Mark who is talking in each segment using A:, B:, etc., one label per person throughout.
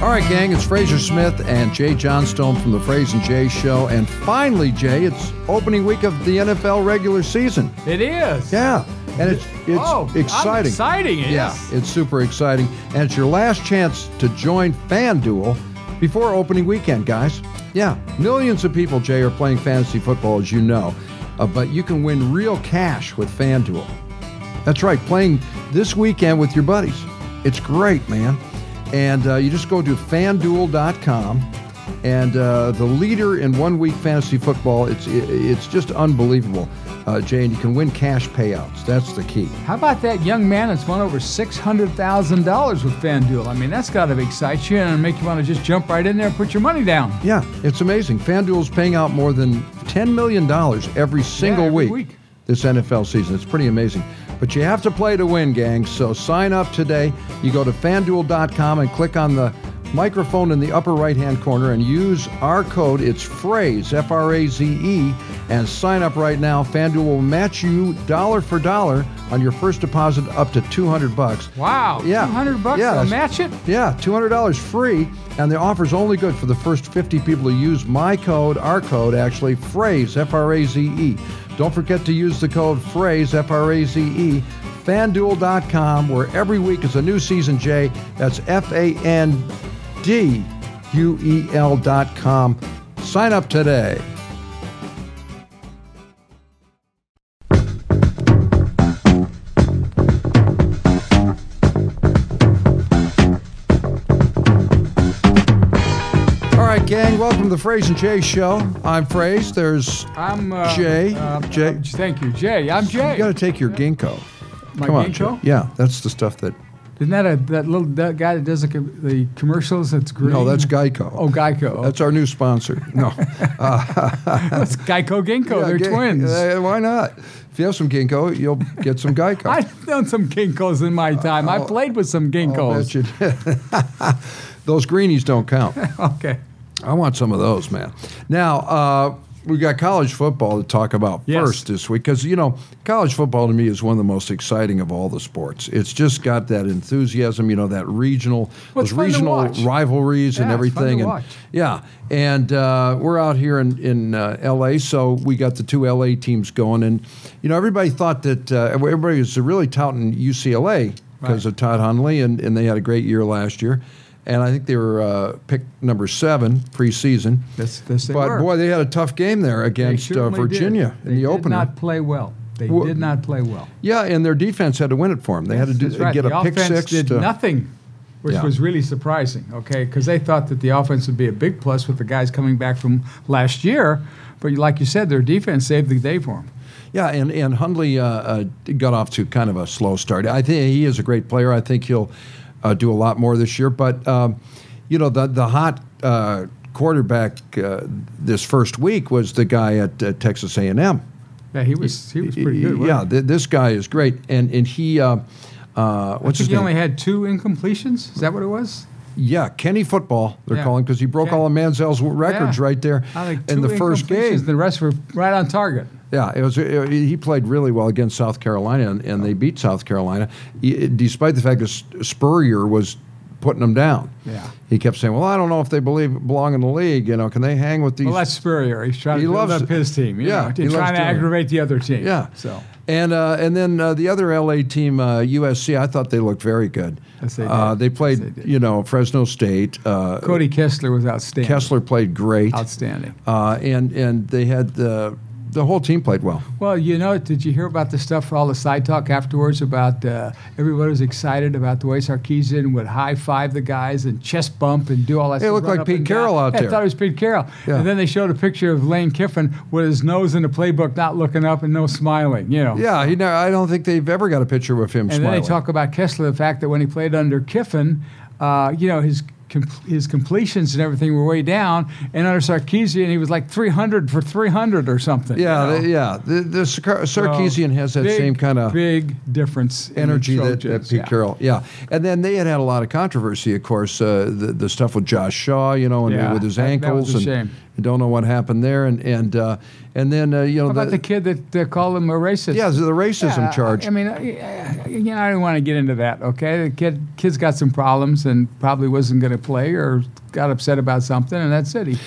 A: right, gang, it's Fraser Smith and Jay Johnstone from the Fraser and Jay Show. And finally, Jay, it's opening week of the NFL regular season.
B: It is.
A: Yeah, and it's it's
B: Oh, I'm
A: exciting.
B: exciting, yes.
A: Yeah, it's super exciting, and it's your last chance to join FanDuel before opening weekend, guys. Yeah, millions of people, Jay, are playing fantasy football, as you know, uh, but you can win real cash with FanDuel. That's right, playing this weekend with your buddies. It's great, man. And uh, you just go to fanduel.com and uh, the leader in one week fantasy football. It's it, it's just unbelievable, uh, Jay. And you can win cash payouts. That's the key.
B: How about that young man that's won over six hundred thousand dollars with FanDuel? I mean, that's got to excite you and make you want to just jump right in there and put your money down.
A: Yeah, it's amazing. FanDuel's paying out more than $10 million every single
B: every
A: week,
B: week.
A: this NFL season. It's pretty amazing. But you have to play to win, gang. So sign up today. You go to fanduel.com and click on the microphone in the upper right hand corner and use our code. It's phrase, F R A Z E, and sign up right now. FanDuel will match you dollar for dollar on your first deposit up to 200 bucks.
B: Wow.
A: Yeah.
B: Two hundred bucks.
A: Yeah,
B: They'll
A: that's-
B: match it.
A: Yeah, $200 free, and the offer's only good for the first 50 people who use my code, our code actually, Phrase, F R A Z E. Don't forget to use the code Phrase, F R A Z E, fanduel.com, where every week is a new season, Jay. That's F A N D U E L.com. Sign up today. All right, gang, welcome to the Phrase E and Jay Show. I'm Phrase. E. There's.
B: I'm uh,
A: Jay.
B: uh,
A: Jay.
B: uh, thank you, Jay. I'm Jay.
A: You got to take your ginkgo.
B: My
A: Come on,
B: ginkgo?
A: Jay. Yeah, that's the stuff that.
B: Isn't that a, that little that guy that does the, com- the commercials? That's green.
A: No, that's Geico.
B: Oh, Geico.
A: That's our new sponsor. No.
B: That's Geico Ginkgo. Oh, They're
A: Yeah, Ge-
B: twins.
A: uh, why not? If you have some ginkgo, you'll get some Geico.
B: I've known some ginkgos in my time.
A: Oh,
B: I played with some
A: I'll bet
B: ginkgos.
A: you did. those greenies don't count.
B: Okay.
A: I want some of those, man. Now, uh, we got college football to talk about
B: Yes.
A: first this week because, you know, college football to me is one of the most exciting of all the sports. It's just got that enthusiasm, you know, that regional,
B: Well,
A: those
B: it's fun to
A: regional
B: watch.
A: rivalries and
B: Yeah, it's
A: everything.
B: fun to
A: and
B: watch.
A: Yeah. And uh, we're out here in, in uh, L.A., so we got the two L.A. teams going. And, you know, everybody thought that uh, everybody was really touting UCLA because
B: Right.
A: of Todd Hunley, and, and they had a great year last year. And I think they were uh, picked number seven preseason.
B: That's- that's- they
A: but
B: were.
A: boy, they had a tough game there
B: They
A: against uh,
B: certainly did.
A: Virginia
B: They
A: in the
B: did
A: opener.
B: not play well. They
A: Well-
B: did not play well.
A: yeah, and their defense had to win it for them. They had to do,
B: That's right.
A: get
B: the
A: a pick
B: offense
A: six.
B: did
A: to,
B: nothing, which
A: Yeah.
B: was really surprising. Okay, because they thought that the offense would be a big plus with the guys coming back from last year, but like you said, their defense saved the day for them.
A: Yeah, and and Hundley uh, uh, got off to kind of a slow start. I think he is a great player. I think he'll uh, do a lot more this year. But um, you know, the the hot uh, quarterback uh, this first week was the guy at uh, Texas A and M.
B: Yeah, he was he was pretty good. wasn't
A: Yeah, th- this guy is great, and and he. Uh, uh,
B: he? I
A: what's
B: think
A: his
B: he
A: name?
B: only had two incompletions. Is that what it was?
A: yeah, Kenny Football. They're
B: Yeah.
A: calling because he broke
B: Ken-
A: all of Manziel's w- records
B: Yeah.
A: right there
B: I think
A: in
B: two
A: the first
B: incompletions,
A: game.
B: The rest were right on target.
A: Yeah, it was. It, he played really well against South Carolina, and, and they beat South Carolina, e- despite the fact that S- Spurrier was putting them down.
B: Yeah.
A: he kept saying, "Well, I don't know if they believe belong in the league. You know, can they hang with these?"
B: Well, that's Spurrier. He's trying
A: He
B: to build
A: loves-
B: up his team. you
A: yeah,
B: know,
A: he
B: he's
A: loves
B: trying to
A: doing it.
B: aggravate the other team.
A: Yeah.
B: So
A: And uh, and then uh, the other LA team, uh, USC. I thought they looked very good.
B: Yes, they did.
A: Uh, they played,
B: Yes, they did.
A: you know, Fresno State. Uh,
B: Cody Kessler was outstanding.
A: Kessler played great.
B: Outstanding.
A: Uh, and and they had the the whole team played well.
B: Well, you know, did you hear about the stuff, all the side talk afterwards about uh, everybody was excited about the way Sarkeesian would high five the guys and chest bump and do all that
A: It
B: stuff.
A: looked
B: run
A: like
B: up
A: Pete
B: and down.
A: Carroll out
B: Yeah,
A: there.
B: I thought it was Pete Carroll.
A: Yeah.
B: And then they showed a picture of Lane Kiffin with his nose in the playbook, not looking up and no smiling, you know.
A: Yeah, he, no, I don't think they've ever got a picture of him
B: And
A: smiling.
B: then they talk about Kessler, the fact that when he played under Kiffin, uh, you know, his com- his completions and everything were way down, and under Sarkeesian, he was like 300 for 300 or something.
A: yeah,
B: you know?
A: the, yeah. The, the Sar- Sarkeesian has that
B: Big,
A: same kind of
B: big difference in the
A: energy that, that
B: Trojans,
A: Pete
B: yeah.
A: Carroll. Yeah, and then they had had a lot of controversy, of course, uh, the, the stuff with Josh Shaw, you know, and
B: Yeah,
A: with his
B: that- that was
A: ankles
B: a
A: and
B: shame.
A: I don't know what happened there, and and uh, and then uh, you know
B: How about the
A: the,
B: kid that uh, called him a racist?
A: yeah the racism
B: Yeah,
A: charge.
B: I, I mean, I, I- you know, I don't want to get into that. Okay, the kid, kid's got some problems and probably wasn't going to play or got upset about something, and that's it. He,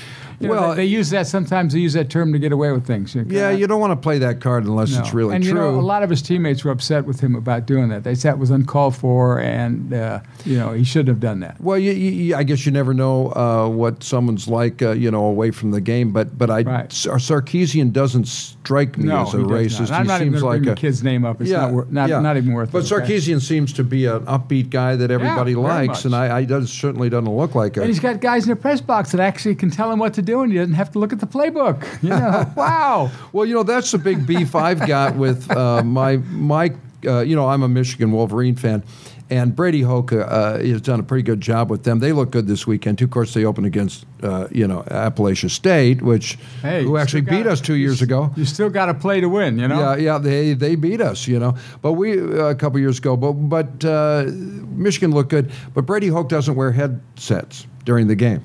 B: you know,
A: Well-
B: they, they use that sometimes. They use that term to get away with things. You know,
A: yeah, you don't want to play that card unless
B: no.
A: it's really
B: and,
A: true.
B: You know, a lot of his teammates were upset with him about doing that. They said it was uncalled for, and uh, you know he shouldn't have done that.
A: Well, you, you, you- I guess you never know uh, what someone's like, uh, you know, away from the game. But but I
B: Right.
A: Sar- Sarkeesian doesn't strike me
B: no,
A: as a
B: he does not.
A: racist.
B: And I'm
A: he
B: not even
A: seems
B: gonna
A: like
B: bring
A: a
B: the kid's name up. It's
A: yeah,
B: not, wor- not,
A: yeah.
B: not even worth
A: But
B: it. okay?
A: Sarkeesian seems to be an upbeat guy that everybody
B: very
A: likes,
B: much.
A: and I, I does, certainly doesn't look like
B: And
A: a.
B: he's got guys in the press box that actually can tell him what to do, and he doesn't have to look at the playbook. You know, wow.
A: Well, you know, that's the big beef I've got with uh, my my. Uh, you know, I'm a Michigan Wolverine fan, and Brady Hoke uh, has done a pretty good job with them. They look good this weekend. too. Of course, they open against uh, you know Appalachia State, which
B: Hey,
A: who
B: you
A: actually
B: still
A: beat
B: gotta-
A: us two
B: you
A: years
B: s-
A: ago.
B: You still got to play to win. You know.
A: Yeah, yeah, they they beat us, you know. But we uh, a couple years ago, but but uh, Michigan looked good. But Brady Hoke doesn't wear headsets during the game,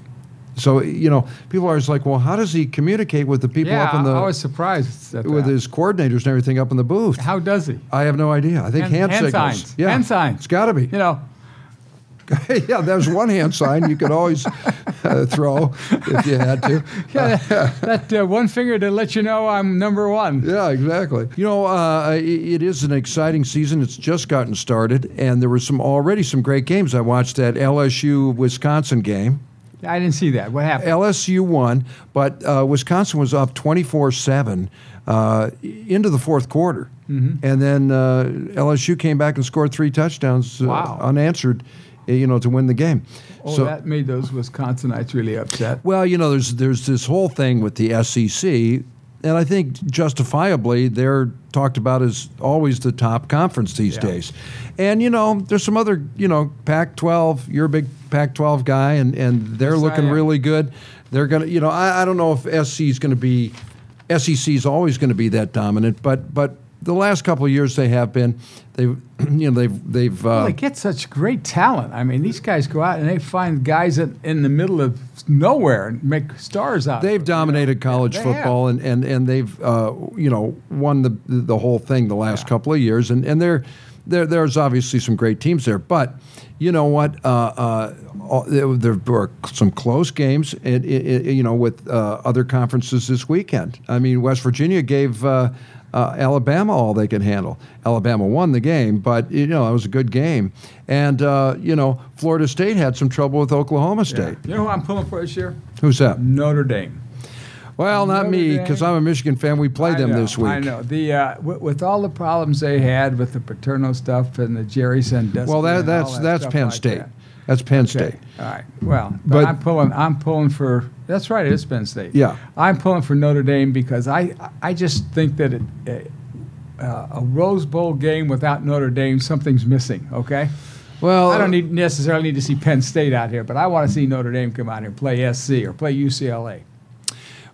A: so you know people are always like, well, how does he communicate with the people
B: Yeah,
A: up in the
B: I was surprised at
A: with
B: that.
A: his coordinators and everything up in the booth?
B: How does he?
A: I have no idea. I think hand,
B: Hand- hand
A: signals.
B: signs.
A: Yeah,
B: Hand signs.
A: It's got to be.
B: You know,
A: yeah, there's one hand sign you could always uh, throw if you had to.
B: yeah, that, that uh, one finger to let you know I'm number one.
A: Yeah, exactly. You know, uh, i- it is an exciting season. It's just gotten started, and there were some already some great games. I watched that LSU Wisconsin game.
B: I didn't see that. What happened?
A: LSU won, but uh, Wisconsin was up twenty four seven uh, into the fourth quarter,
B: Mm-hmm.
A: and then uh, LSU came back and scored three touchdowns uh,
B: Wow.
A: unanswered, uh, you know, to win the game.
B: Oh,
A: so
B: that made those Wisconsinites really upset.
A: well, you know, there's there's this whole thing with the SEC, and I think justifiably they're talked about as always the top conference these
B: Yeah.
A: days. And you know, there's some other you know Pac-12. You're a big Pac-12 guy, and and they're
B: Yes, I
A: looking
B: am.
A: really good. They're gonna, you know, I, I don't know if SC is gonna be, SEC is always gonna be that dominant, but but the last couple of years they have been. They've you know they've they've. Uh,
B: Well, they get such great talent. I mean, these guys go out and they find guys in, in the middle of nowhere and make stars out. of
A: They've
B: them.
A: dominated college
B: they have.
A: football, and, and, and they've uh, you know won the the whole thing the last couple of years, and and there there there's obviously some great teams there, but you know what, uh, uh, all- there, there were some close games, and i- i- you know with uh, other conferences this weekend. I mean, West Virginia gave. Uh, uh, Alabama, all they could handle. Alabama won the game, but you know it was a good game. And uh, you know Florida State had some trouble with Oklahoma State.
B: You know who I'm pulling for this year?
A: Who's that?
B: Notre Dame.
A: Well, not
B: Notre
A: me, because
B: Dame.
A: I'm a Michigan fan. We play
B: I
A: them
B: know,
A: this week.
B: I know. The uh, w- with all the problems they had with the Paterno stuff and the Jerry Sandusky.
A: Well,
B: and
A: that,
B: all
A: that's
B: that
A: that's
B: stuff
A: Penn
B: like
A: State.
B: that.
A: That's Penn State.
B: Okay. All right. Well, but,
A: But-
B: I'm pulling. I'm pulling for. That's right. It's Penn State.
A: Yeah.
B: I'm pulling for Notre Dame because I I just think that it, uh, a Rose Bowl game without Notre Dame something's missing. Okay.
A: Well,
B: I don't need necessarily need to see Penn State out here, but I want to see Notre Dame come out here and play SC or play UCLA.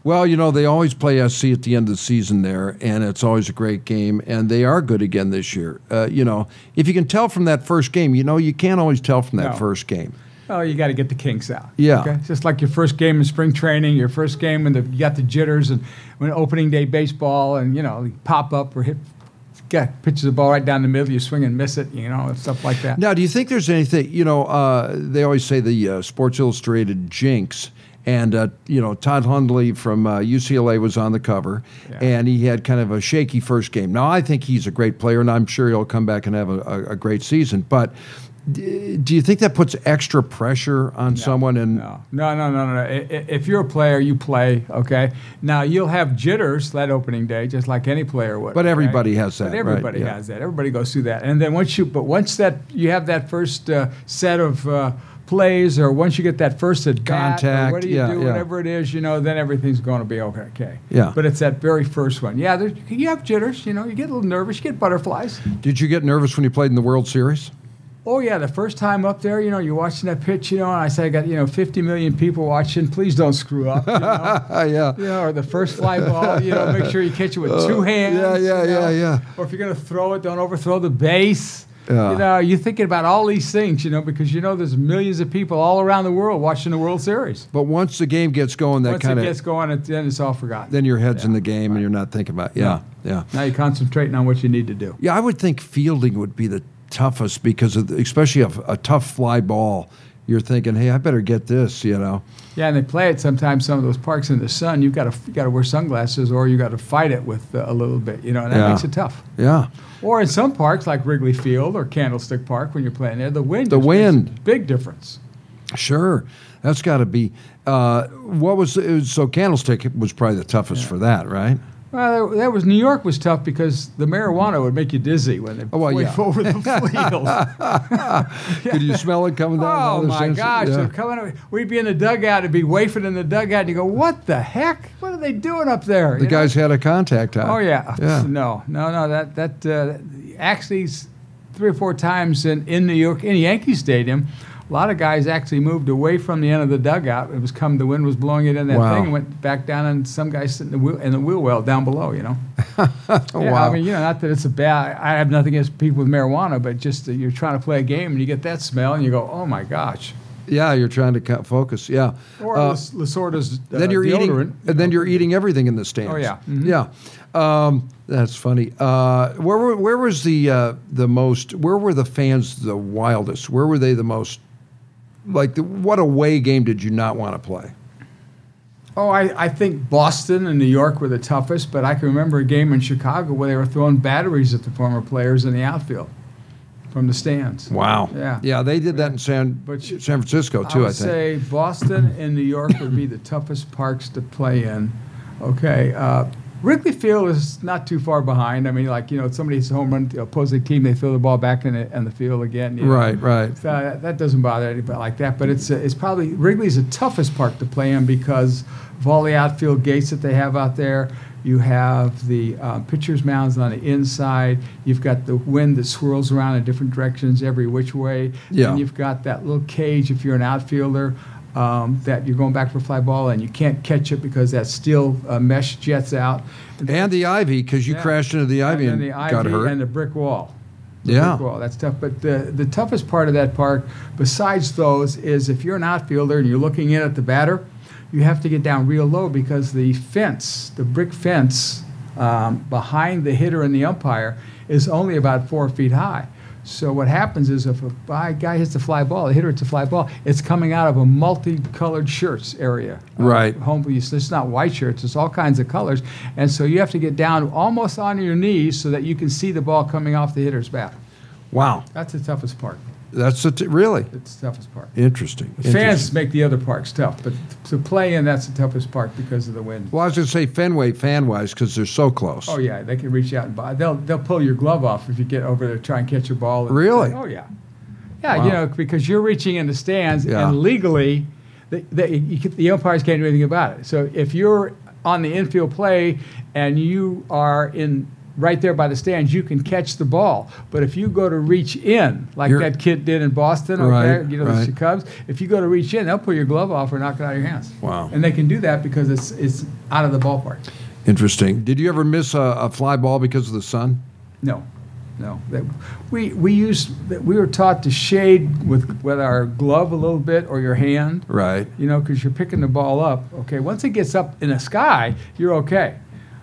A: Well, you know they always play SC at the end of the season there, and it's always a great game. And they are good again this year. Uh, you know, if you can tell from that first game, you know you can't always tell from that
B: No.
A: first game.
B: Oh, you got to get the kinks out.
A: Yeah.
B: Okay? Just like your first game in spring training, your first game when the, you got the jitters and when opening day baseball and, you know, you pop up or hit, get, pitches the ball right down the middle, you swing and miss it, you know, and stuff like that.
A: Now, do you think there's anything? You know, uh, they always say the uh, Sports Illustrated jinx, and uh, you know Todd Hundley from uh, UCLA was on the cover,
B: Yeah.
A: and he had kind of a shaky first game. Now, I think he's a great player, and I'm sure he'll come back and have a, a, a great season. But d- do you think that puts extra pressure on someone? And
B: No, no, no, no, no. no. I- I- If you're a player, you play, okay? Now, you'll have jitters that opening day, just like any player would.
A: But
B: okay?
A: everybody has that,
B: But
A: right?
B: everybody
A: Yeah.
B: has that. Everybody goes through that. And then once you, but once that, you have that first uh, set of uh, plays, or once you get that first at bat, or
A: Contact,
B: what do you
A: yeah,
B: do,
A: yeah.
B: whatever it is, you know, then everything's going to be okay. okay.
A: Yeah.
B: But it's that very first one. Yeah, there, you have jitters, you know, you get a little nervous, you get butterflies.
A: did you get nervous when you played in the World Series?
B: Oh yeah, the first time up there, you know, you're watching that pitch, you know, and I said I got you know 50 million people watching. Please don't screw up. You know?
A: yeah.
B: you know, or the first fly ball, you know, make sure you catch it with two hands.
A: Uh, yeah, yeah,
B: you know?
A: yeah, yeah.
B: Or if you're gonna throw it, don't overthrow the base.
A: Yeah.
B: you know, you're thinking about all these things, you know, because you know there's millions of people all around the world watching the World Series.
A: But once the game gets going, that
B: Once it
A: kind
B: gets
A: of
B: going, it, then it's all forgotten.
A: then your head's in the game and you're not thinking about yeah, yeah,
B: now you're concentrating on what you need to do.
A: yeah. I would think fielding would be the toughest because of the, especially a, a tough fly ball. You're thinking, hey, I better get this, you know.
B: Yeah, and they play it sometimes. Some of those parks in the sun, you've got to you got to wear sunglasses, or you got to fight it with uh, a little bit. You know, and that
A: Yeah.
B: makes it tough.
A: Yeah,
B: Or in some parks like Wrigley Field or Candlestick Park, when you're playing there, the wind.
A: The
B: just makes a
A: wind.
B: Big difference.
A: sure. That's got to be. Uh, what was it was- so? Candlestick was probably the toughest for that, right?
B: Well, that- that was New York was tough because the marijuana would make you dizzy when they
A: Oh, well,
B: went
A: yeah.
B: over the field.
A: Could you smell it coming down? all
B: oh
A: the
B: my
A: senses?
B: gosh!
A: Yeah.
B: They're coming. over- We'd be in the dugout and be wafting in the dugout, and you go, "What the heck? What are they doing up there?"
A: The
B: You know?
A: guys had a contact high.
B: Oh yeah.
A: Uh, Yeah.
B: No, no, no. That that uh, actually s- three or four times in, in New York in Yankee Stadium, a lot of guys actually moved away from the end of the dugout. It was come the wind was blowing it in that
A: Wow.
B: thing and went back down and some guys sitting in the wheel, in the wheel well down below. You know. yeah,
A: wow.
B: I mean, you know, not that it's a bad. I have nothing against people with marijuana, but just that you're trying to play a game and you get that smell and you go, oh my gosh.
A: Yeah, you're trying to co- focus. Yeah.
B: Or
A: Uh,
B: Las- Lasorda's uh,
A: then you're eating,
B: deodorant.
A: and then you're eating everything in the stands.
B: Oh, yeah.
A: yeah. Um, that's funny. Uh, where were, where was the uh, the most? Where were the fans the wildest? Where were they the most? Like, the, what away game did you not want to play?
B: Oh, I, I think Boston and New York were the toughest, but I can remember a game in Chicago where they were throwing batteries at the former players in the outfield from the stands.
A: Wow.
B: Yeah.
A: Yeah, they did that in San
B: But you-
A: San Francisco
B: I
A: too. I,
B: would
A: think.
B: say Boston and New York would be the toughest parks to play in. Okay. Uh, Wrigley Field is not too far behind. I mean, like, you know, somebody hits a home run, the opposing team, they throw the ball back in the, in the field again. you know.
A: Right. Right.
B: So uh, that, that doesn't bother anybody like that, but it's uh, it's probably Wrigley's the toughest park to play in because of all the outfield gates that they have out there. You have the uh, pitcher's mounds on the inside. You've got the wind that swirls around in different directions, every which way.
A: Yeah.
B: And you've got that little cage if you're an outfielder um, that you're going back for a fly ball and you can't catch it because that steel uh, mesh jets out.
A: And the Ivy, because you
B: Yeah.
A: crashed into the Ivy
B: then
A: and,
B: the ivy
A: got hurt.
B: and the brick wall
A: yeah.
B: brick wall. That's tough. But the, the toughest part of that park, besides those, is if you're an outfielder and you're looking in at the batter, you have to get down real low because the fence, the brick fence um, behind the hitter and the umpire, is only about four feet high. So what happens is if a guy guy hits a fly ball, a hitter hits a fly ball, it's coming out of a multicolored shirts area. uh,
A: Right.
B: home police. It's not white shirts. It's all kinds of colors. And so you have to get down almost on your knees so that you can see the ball coming off the hitter's bat.
A: Wow.
B: That's the toughest part.
A: That's a t- really
B: It's the toughest part.
A: interesting. interesting.
B: Fans make the other parts tough, but to play in, that's the toughest part because of the wind.
A: Well, I was going to say Fenway fan wise because they're so close.
B: Oh yeah, they can reach out and buy. They'll they'll pull your glove off if you get over there to try and catch your ball.
A: Really?
B: Oh yeah, yeah.
A: Wow.
B: You know because you're reaching in the stands
A: Yeah.
B: and legally, the, the, you, can- the umpires can't do anything about it. So if you're on the infield play and you are in right there by the stands, you can catch the ball. But if you go to reach in like
A: You're-
B: that kid did in Boston, okay,
A: Right,
B: you know
A: right.
B: the Cubs, if you go to reach in, they'll pull your glove off or knock it out of your hands.
A: Wow.
B: And they can do that because it's it's out of the ballpark.
A: Interesting. Did you ever miss a, a fly ball because of the sun?
B: No, no. That- we we used that we were taught to shade with with our glove a little bit or your hand,
A: Right.
B: you know, because you're picking the ball up. Okay, once it gets up in the sky, you're okay.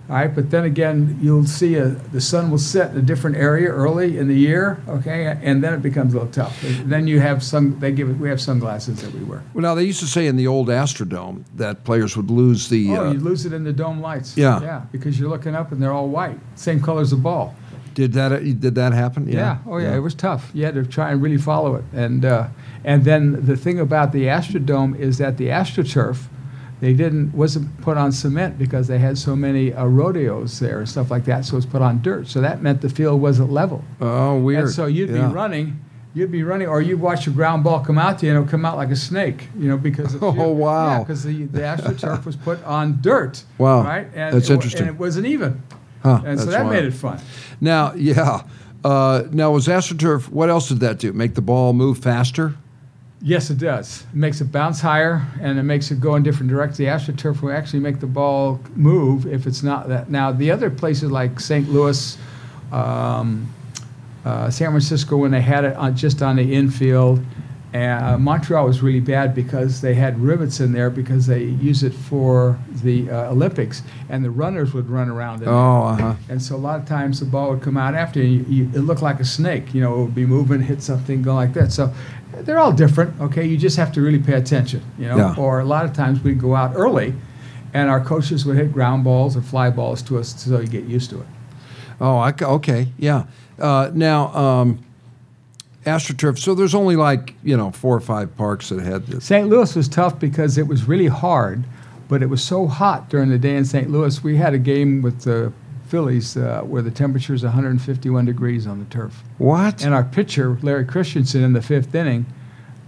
B: All right, but then again, you'll see a, the sun will set in a different area early in the year, okay, and then it becomes a little tough. Then you have some. They give we have sunglasses that we wear.
A: Well, now they used to say in the old Astrodome that players would lose the.
B: Oh,
A: uh,
B: you lose it in the dome lights.
A: Yeah.
B: yeah, because you're looking up and they're all white, same color as the ball.
A: did that? uh, Did that happen?
B: Yeah. Oh, yeah. It was tough. You had to try and really follow it. And uh, and then the thing about the Astrodome is that the AstroTurf, they didn't wasn't put on cement because they had so many uh, rodeos there and stuff like that. So it was put on dirt. So that meant the field wasn't level.
A: Oh, weird.
B: And so you'd
A: Yeah.
B: be running. You'd be running, or you'd watch a ground ball come out to you, and it'll come out like a snake, you know, because the
A: Oh,
B: field-
A: wow.
B: yeah, because the, the astroturf was put on dirt,
A: Wow.
B: right, and
A: That's
B: it, wa-
A: interesting.
B: and it wasn't even,
A: Huh,
B: and so
A: that's
B: that
A: wild.
B: made it fun.
A: Now, yeah. Uh, now was AstroTurf? What else did that do? Make the ball move faster?
B: Yes, it does. It makes it bounce higher and it makes it go in different directions. The AstroTurf will actually make the ball move if it's not that. Now, the other places like St. Louis, um, uh, San Francisco when they had it on, just on the infield. And uh, Montreal was really bad because they had rivets in there because they use it for the uh, Olympics, and the runners would run around it.
A: Oh, uh-huh.
B: And so a lot of times the ball would come out after, you, you, it looked like a snake. You know, it would be moving, hit something, go like that. So they're all different. Okay, you just have to really pay attention. You know,
A: Yeah.
B: or a lot of times we'd go out early, and our coaches would hit ground balls or fly balls to us, so you get used to it.
A: Oh, I, ca- okay, yeah. Uh, now, um, AstroTurf. So there's only like you know four or five parks that had this.
B: St. Louis was tough because it was really hard, but it was so hot during the day in St. Louis. We had a game with the Phillies uh, where the temperature is 151 degrees on the turf.
A: What?
B: And our pitcher, Larry Christensen, in the fifth inning,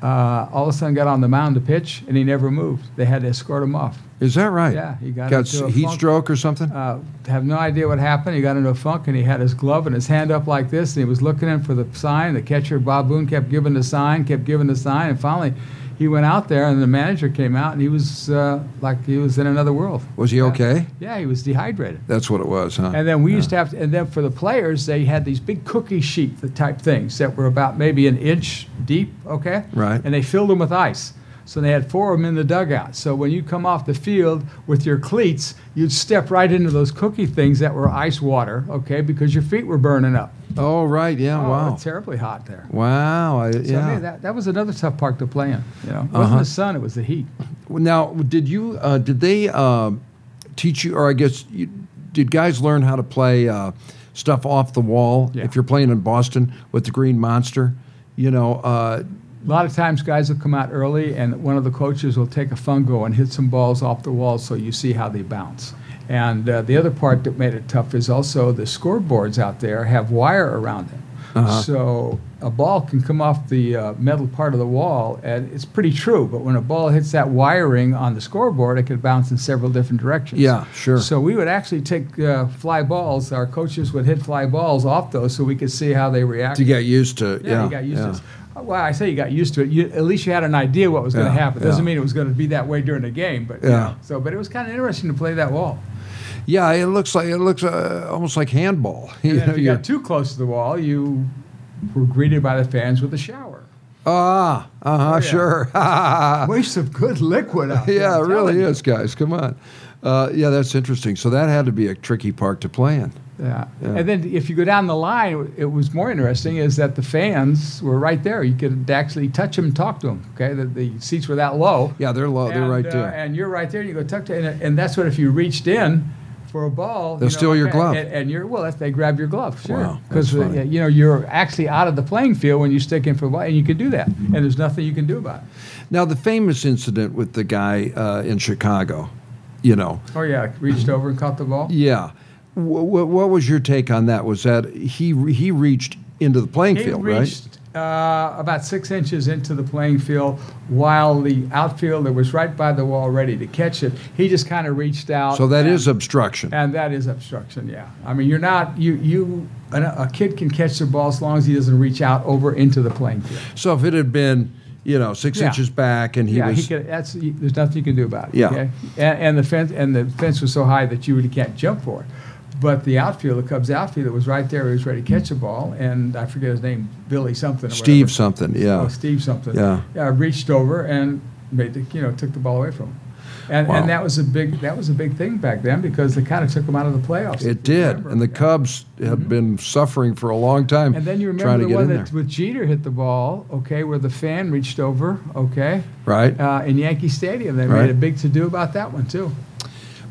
B: uh, all of a sudden got on the mound to pitch, and he never moved. They had to escort him off.
A: Is that right?
B: Yeah, he got
A: got
B: into a
A: s- heat
B: funk.
A: stroke or something.
B: Uh, have no idea what happened. He got into a funk, and he had his glove and his hand up like this, and he was looking in for the sign. The catcher, Bob Boone, kept giving the sign, kept giving the sign, and finally he went out there, and the manager came out, and he was uh, like he was in another world.
A: was he okay?
B: Yeah, he was dehydrated.
A: That's what it was, huh?
B: And then we used to have, to, and then for the players, they had these big cookie sheet the type things that were about maybe an inch deep, okay?
A: Right.
B: And they filled them with ice. So they had four of them in the dugout. So when you come off the field with your cleats, you'd step right into those cookie things that were ice water, okay? Because your feet were burning up.
A: oh, right. Yeah. wow.
B: it's terribly hot there.
A: wow. I,
B: So, I mean,
A: yeah. Uh-huh.
B: that, that was another tough park to play in. You know, it wasn't the sun; it was the heat.
A: now, did you? Uh, did they uh, teach you, or I guess you, did guys learn how to play uh, stuff off the wall?
B: Yeah.
A: If you're playing in Boston with the Green Monster, you know. Uh,
B: A lot of times, guys will come out early, and one of the coaches will take a fungo and hit some balls off the wall so you see how they bounce. And uh, the other part that made it tough is also the scoreboards out there have wire around them.
A: Uh-huh.
B: So a ball can come off the uh, metal part of the wall, and it's pretty true. But when a ball hits that wiring on the scoreboard, it could bounce in several different directions.
A: Yeah, sure.
B: So we would actually take uh, fly balls. Our coaches would hit fly balls off those so we could see how they react.
A: to get used to.
B: Yeah,
A: Yeah.
B: you got used
A: yeah.
B: to it. Well, I say you got used to it. You, at least you had an idea what was going
A: Yeah,
B: to happen. Doesn't
A: yeah.
B: mean it was going to be that way during the game, but you
A: Yeah.
B: know, so but it was kind of interesting to play that wall.
A: Yeah, it looks like it looks uh, almost like handball. You
B: And then
A: know,
B: if you
A: you're-
B: got too close to the wall, you were greeted by the fans with a shower.
A: ah, uh huh,
B: Oh, yeah.
A: sure.
B: Waste of good liquid out there,
A: Uh, yeah,
B: I'm
A: it really
B: telling you.
A: is, guys. Come on. Uh, yeah, that's interesting. So that had to be a tricky park to play in.
B: Yeah.
A: Yeah.
B: And then if you go down the line, it wa- it was more interesting is that the fans were right there. You could actually touch them, talk to them. Okay, the, the seats were that low.
A: Yeah, they're low. Oh, they're
B: And,
A: right
B: uh,
A: there.
B: and you're right there, and you go tuck to, and, and that's what if you reached in for a ball,
A: They'll
B: you
A: steal your
B: and-
A: glove.
B: And, and you're well, that's, they grab your glove, sure,
A: Wow, that's
B: because
A: funny.
B: you know you're actually out of the playing field when you stick in for a ball, and you can do that, and there's nothing you can do about it.
A: now the famous incident with the guy uh, in Chicago. You know.
B: Oh yeah, reached over and caught the ball.
A: Yeah. W- what was your take on that? Was that he he reached into the playing
B: He
A: field, right?
B: reached uh, about six inches into the playing field while the outfielder was right by the wall, ready to catch it. He just kind of reached out.
A: So that
B: and-
A: is obstruction.
B: And that is obstruction, yeah. I mean, you're not, you, you, an- a kid can catch the ball as long as he doesn't reach out over into the playing field.
A: So if it had been, you know, six
B: Yeah.
A: inches back and he
B: yeah,
A: was
B: he could, that's, you- there's nothing you can do about it.
A: Yeah.
B: okay? And, and the fence, and the fence was so high that you really can't jump for it. But the outfielder, Cubs outfielder was right there, he was ready to catch the ball, and I forget his name, Billy something or
A: Steve
B: whatever.
A: something, yeah.
B: Oh, Steve something.
A: Yeah.
B: reached over and made the, you know, took the ball away from him. And,
A: Wow.
B: and that was a big that was a big thing back then because they kind of took him out of the playoffs. if
A: It
B: you
A: did,
B: remember. Mm-hmm.
A: and the Cubs had been suffering for a long time.
B: And then you
A: trying
B: remember
A: to
B: the
A: get
B: one
A: in
B: that
A: there,
B: with Jeter hit the ball, okay, where the fan reached over, okay,
A: right?
B: uh, in Yankee Stadium. They
A: Right.
B: made a big to do about that one too.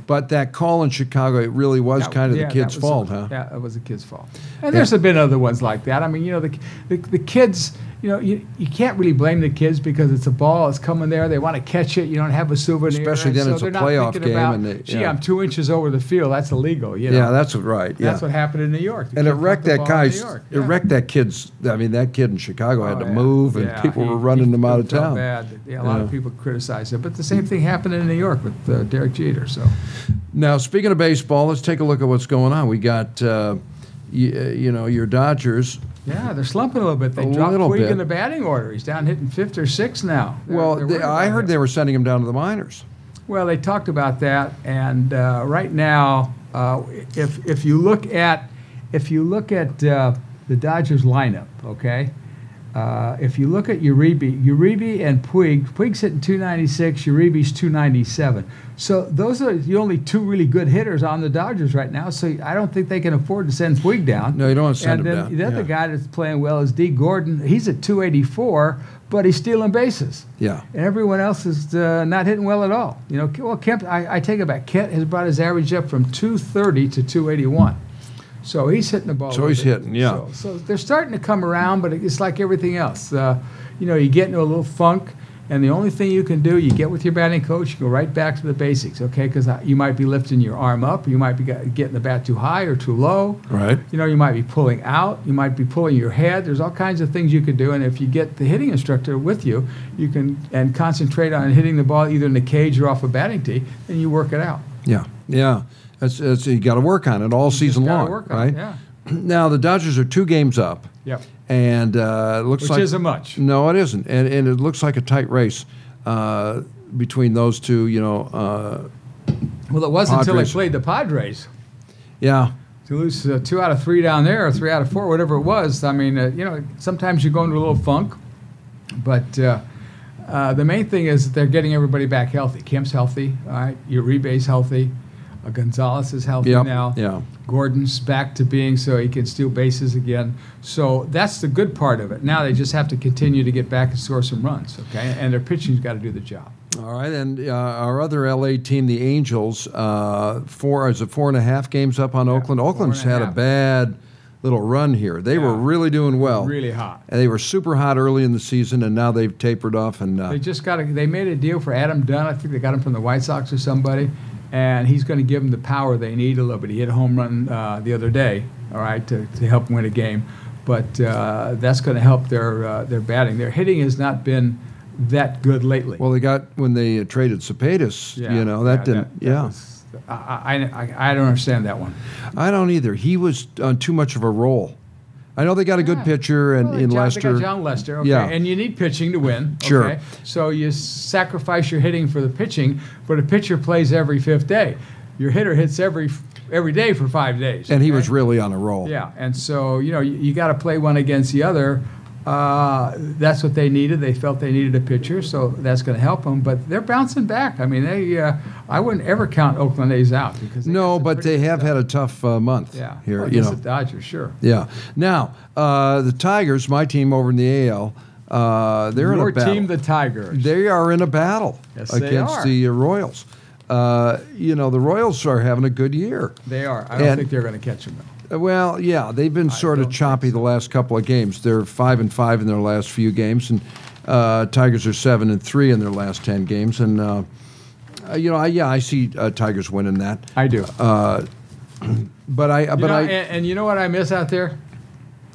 A: but that call in Chicago, it really was
B: That-
A: kind of
B: yeah,
A: the
B: that
A: kid's
B: was
A: fault,
B: a-
A: huh?
B: Yeah, it was the kid's fault. And there's been other ones like that. I mean, you know, the the, the kids, you know, you, you can't really blame the kids because it's a ball, it's coming there, they want to catch it, you don't have a souvenir.
A: Especially then
B: so
A: it's a
B: they're not
A: playoff
B: thinking
A: game
B: about,
A: and they-
B: Gee,
A: yeah.
B: I'm two inches over the field, that's illegal, you know.
A: Yeah, that's right. Yeah,
B: That's what happened in New York. The
A: and it
B: kid caught
A: wrecked
B: the
A: that
B: ball in
A: guy's.
B: New York,
A: It
B: yeah.
A: wrecked that kid's. I mean, that kid in Chicago had
B: Oh,
A: to
B: yeah.
A: move, and
B: Yeah,
A: people
B: he-
A: were running
B: he
A: him out of
B: felt
A: town.
B: bad that- yeah, a lot
A: Yeah.
B: of people criticized it, but the same thing happened in New York with uh, Derek Jeter. So
A: Now, speaking of baseball, let's take a look at what's going on. We got, uh, you, you know, your Dodgers.
B: yeah, they're slumping a little bit. They
A: A
B: dropped
A: little
B: Puig
A: bit.
B: in the batting order. He's down hitting fifth or sixth now. They're-
A: well,
B: they're
A: they,
B: worried
A: I
B: about
A: heard
B: him.
A: they were sending him down to the minors.
B: Well, they talked about that, and uh, right now, uh, if if you look at if you look at uh, the Dodgers lineup, okay? Uh, if you look at Uribe, Uribe and Puig, Puig's hitting 296, Uribe's 297. So those are the only two really good hitters on the Dodgers right now. So I don't think they can afford to send Puig down.
A: No, you don't want to send
B: and
A: him
B: then
A: down.
B: the other
A: Yeah.
B: guy that's playing well is D. Gordon. He's at 284, but he's stealing bases.
A: Yeah.
B: And everyone else is uh, not hitting well at all. You know, Ke- well, Kemp, I, I take it back. Kent has brought his average up from 230 to 281. So he's hitting the ball.
A: So
B: with
A: he's
B: it.
A: hitting, yeah.
B: So, so they're starting to come around, but it's like everything else. Uh, you know, you get into a little funk, and the only thing you can do, you get with your batting coach, you go right back to the basics, okay? Because you might be lifting your arm up, you might be got- getting the bat too high or too low.
A: Right.
B: You know, you might be pulling out, you might be pulling your head. There's all kinds of things you could do, and if you get the hitting instructor with you, you can and concentrate on hitting the ball either in the cage or off a batting tee, and you work it out.
A: Yeah, yeah. That's, that's, you got to work on it all season
B: gotta
A: long,
B: work on
A: right?
B: it, yeah.
A: Now the Dodgers are two games up.
B: Yep.
A: And uh, it looks
B: Which
A: like
B: isn't much.
A: No, it isn't, and and it looks like a tight race uh, between those two. You know, uh,
B: Well, it wasn't until they
A: Padres.
B: played the Padres.
A: yeah,
B: to lose uh, two out of three down there or three out of four, whatever it was. I mean, uh, you know, sometimes you go into a little funk, but uh, uh, the main thing is that they're getting everybody back healthy. Kemp's healthy, all right. Uribe's healthy. Uh, Gonzalez is healthy
A: Yep,
B: now.
A: yeah.
B: Gordon's back to being so he can steal bases again. So that's the good part of it. Now they just have to continue to get back and score some runs, okay? And their pitching's got to do the job.
A: all right. And uh, our other LA team, the Angels, uh, four is it four and a half games up on Oakland. Oakland's
B: and a
A: had a
B: half.
A: bad little run here. They were
B: Yeah.
A: really doing well.
B: Really hot.
A: And they were super hot early in the season, and now they've tapered off. And uh,
B: They just got a, they made a deal for Adam Dunn. I think they got him from the White Sox or somebody, and he's going to give them the power they need a little bit. He hit a home run uh, the other day, all right, to, to help win a game, but uh, that's going to help their uh, their batting. Their hitting has not been that good lately.
A: well, they got when they uh, traded Cepedas. you know that didn't.
B: that
A: yeah.
B: was- I, I, I- I don't understand that one.
A: I don't either. He was on too much of a roll. I know they got a good
B: Yeah.
A: pitcher and
B: Well,
A: in
B: John, They
A: Lester.
B: got John Lester. Okay.
A: Yeah.
B: And you need pitching to win. Okay?
A: Sure.
B: So you sacrifice your hitting for the pitching, but a pitcher plays every fifth day. Your hitter hits every every day for five days.
A: and he was
B: okay?
A: really on a roll.
B: Yeah. And so you know you, you got to play one against the other. Uh, that's what they needed. They felt they needed a pitcher, so that's going to help them. But they're bouncing back. I mean, they. Uh, I wouldn't ever count Oakland A's out because they got
A: No,
B: some
A: but
B: pretty
A: they
B: good
A: have
B: stuff.
A: had a tough uh, month
B: yeah
A: here.
B: Well,
A: you
B: against
A: know.
B: the Dodgers, sure.
A: Yeah. Now uh, the Tigers, my team over in the AL, uh, they're
B: Your
A: in a battle.
B: team, the Tigers.
A: they are in a battle
B: Yes, they
A: against
B: are.
A: the uh, Royals. Uh, you know the Royals are having a good year.
B: They are. I don't
A: And-
B: think they're going to catch him. though.
A: Uh, Well, yeah, they've been sort of
B: don't
A: choppy the last couple of games. They're five and five in their last few games, and uh, Tigers are seven and three in their last ten games. And uh, uh, you know, I, yeah, I see uh, Tigers winning that.
B: I do.
A: But I, Uh, but
B: but
A: I,
B: and, and you know what I miss out there?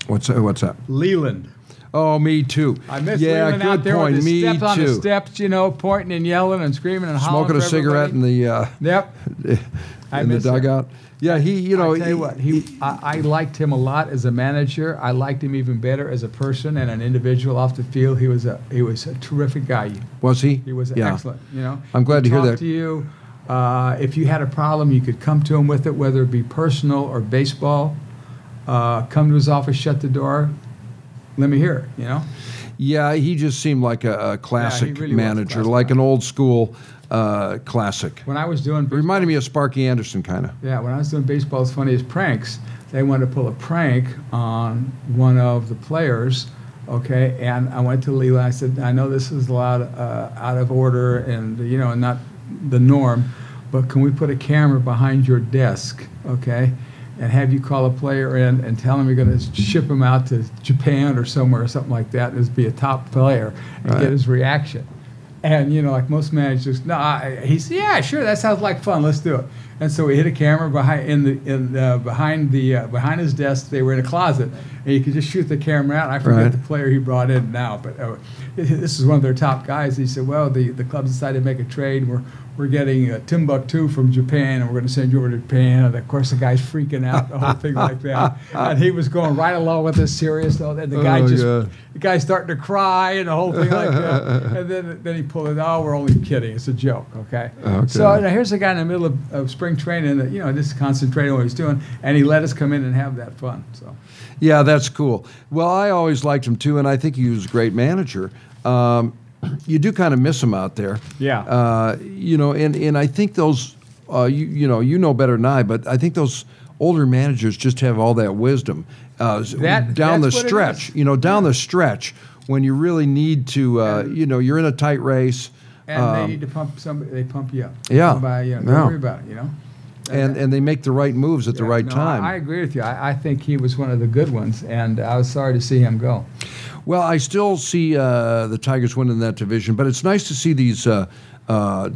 A: what's what's that?
B: Leland.
A: Oh, me too.
B: I miss
A: yeah,
B: Leland
A: good
B: out there
A: point.
B: with his
A: me
B: steps on
A: too.
B: the steps, you know, pointing and yelling and screaming and hollering.
A: Smoking a
B: for everybody.
A: cigarette in the uh,
B: Yep. I
A: in the
B: miss him.
A: dugout. Yeah, he, you know,
B: I tell
A: he-
B: you what, he, I, I liked him a lot as a manager. I liked him even better as a person and an individual off the field. He was a he was a terrific guy.
A: was he?
B: He was
A: yeah.
B: excellent. You know,
A: I'm glad
B: He
A: to hear
B: talked
A: that.
B: To you, uh, if you had a problem, you could come to him with it, whether it be personal or baseball. Uh, come to his office, shut the door. Let me hear it. You know,
A: Yeah, he just seemed like a, a classic
B: really was a
A: manager,
B: classic
A: like
B: guy.
A: an old school uh, classic.
B: when I was doing
A: Reminded me of Sparky Anderson, kind of.
B: yeah, when I was doing baseball's funniest pranks, they wanted to pull a prank on one of the players. Okay, and I went to Leland. I said, I know this is a lot uh, out of order and you know not the norm, but can we put a camera behind your desk? Okay. And have you call a player in and tell him you're going to ship him out to Japan or somewhere or something like that, and be a top player and
A: Right.
B: get his reaction. And you know, like most managers, no, I, he said, yeah, sure, that sounds like fun. Let's do it. And so we hit a camera behind in the in the, behind the uh, behind his desk. They were in a closet, and you could just shoot the camera out. I forget
A: Right.
B: the player he brought in now, but uh, this is one of their top guys. He said, well, the, the club decided to make a trade. We're we're getting uh, Timbuktu from Japan, and we're going to send you over to Japan. And of course, the guy's freaking out, the whole thing like that. And he was going right along with this serious, though. And the guy
A: Oh,
B: just,
A: God.
B: the guy starting to cry, and the whole thing like that. And then, then he pulled it. Oh, we're only kidding. It's a joke, okay?
A: Okay.
B: So now here's a guy in the middle of, of spring training that you know just concentrating on what he's doing, and he let us come in and have that fun. So.
A: Yeah, that's cool. Well, I always liked him too, and I think he was a great manager. Um, you do kind of miss him out there.
B: Yeah.
A: Uh, you know, and, and I think those, uh, you, you know, you know better than I, but I think those older managers just have all that wisdom uh, s-
B: That-
A: down the
B: that's what it
A: stretch.
B: is.
A: You know, down the stretch when you really need to, uh, you know, you're in a tight race.
B: and
A: um,
B: they need to pump somebody. They pump you up.
A: Yeah.
B: By, you know,
A: Yeah.
B: Don't worry about it. You know.
A: and, and they make the right moves at the
B: Yeah,
A: right
B: no, I-
A: time.
B: I agree with you. I, I think he was one of the good ones, and I was sorry to see him go.
A: Well, I still see uh, the Tigers winning that division, but it's nice to see these. Uh, uh,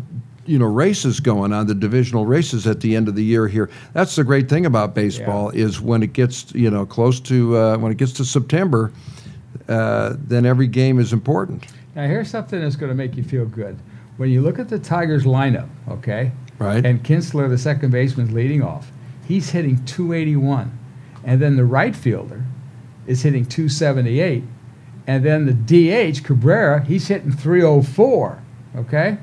A: you know, races going on the divisional races at the end of the year here. That's the great thing about baseball is when it gets you know close to uh, when it gets to September, uh, then every game is important.
B: Now, here's something that's going to make you feel good. When you look at the Tigers lineup, okay?
A: Right.
B: And Kinsler, the second baseman's leading off. He's hitting 281. And then the right fielder is hitting 278. And then the DH, Cabrera, he's hitting 304, okay?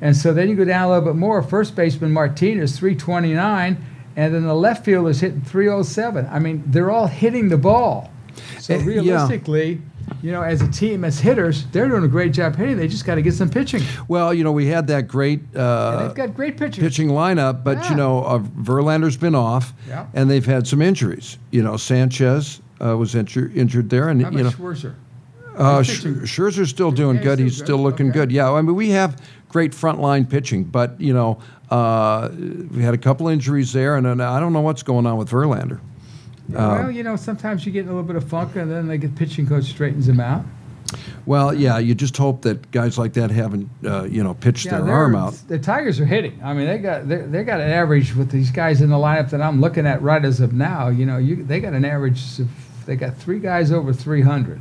B: And so then you go down a little bit more. First baseman Martinez, 329. And then the left fielder's hitting 307. I mean, they're all hitting the ball. So
A: Eh, yeah.
B: realistically, basically, you know, as a team, as hitters, they're doing a great job hitting. They just got to get some pitching.
A: Well, you know, we had that great
B: And
A: uh,
B: they've got great pitching.
A: pitching lineup, but you
B: Yeah.
A: know, uh, Verlander's been off,
B: Yeah.
A: and they've had some injuries. You know, Sanchez uh, was injured injured there, and
B: How about
A: you know,
B: Schwarzer?
A: Uh,
B: He's
A: Sch-
B: pitching.
A: Scherzer's still doing good.
B: Yeah, he's still
A: He's
B: good.
A: still looking
B: Okay.
A: good. Yeah, I mean, we have great frontline pitching, but, you know, uh, we had a couple injuries there, and, and I don't know what's going on with Verlander. uh,
B: well, you know, sometimes you get in a little bit of funk, and then the good pitching coach straightens them out.
A: Well, yeah, you just hope that guys like that haven't, uh, you know, pitched their
B: they're-
A: arm out.
B: The Tigers are hitting. I mean, they got they they got an average with these guys in the lineup that I'm looking at right as of now. You know, you they got an average. Of, they got three guys over 300.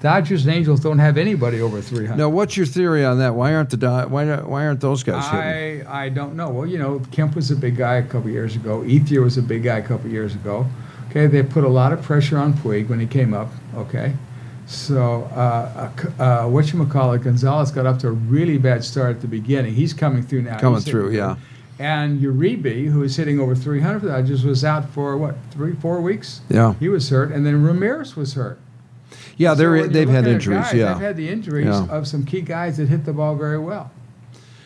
B: Dodgers and Angels don't have anybody over 300.
A: Now, what's your theory on that? Why aren't the Di- why not- why aren't those guys hitting?
B: I, I don't know. Well, you know, Kemp was a big guy a couple years ago. Ethier was a big guy a couple years ago. Okay, they put a lot of pressure on Puig when he came up. Okay, so uh, uh, uh, what you call it? Gonzalez got up to a really bad start at the beginning. He's coming through now.
A: Coming
B: He's
A: through,
B: hitting
A: yeah.
B: good. And Uribe, who was hitting over 300 for the Dodgers, was out for what three, four weeks.
A: Yeah.
B: he was hurt, and then Ramirez was hurt.
A: Yeah,
B: So
A: they're,
B: when you
A: they've
B: look
A: had
B: at it,
A: injuries.
B: guys,
A: yeah,
B: they've had the injuries
A: Yeah.
B: of some key guys that hit the ball very well.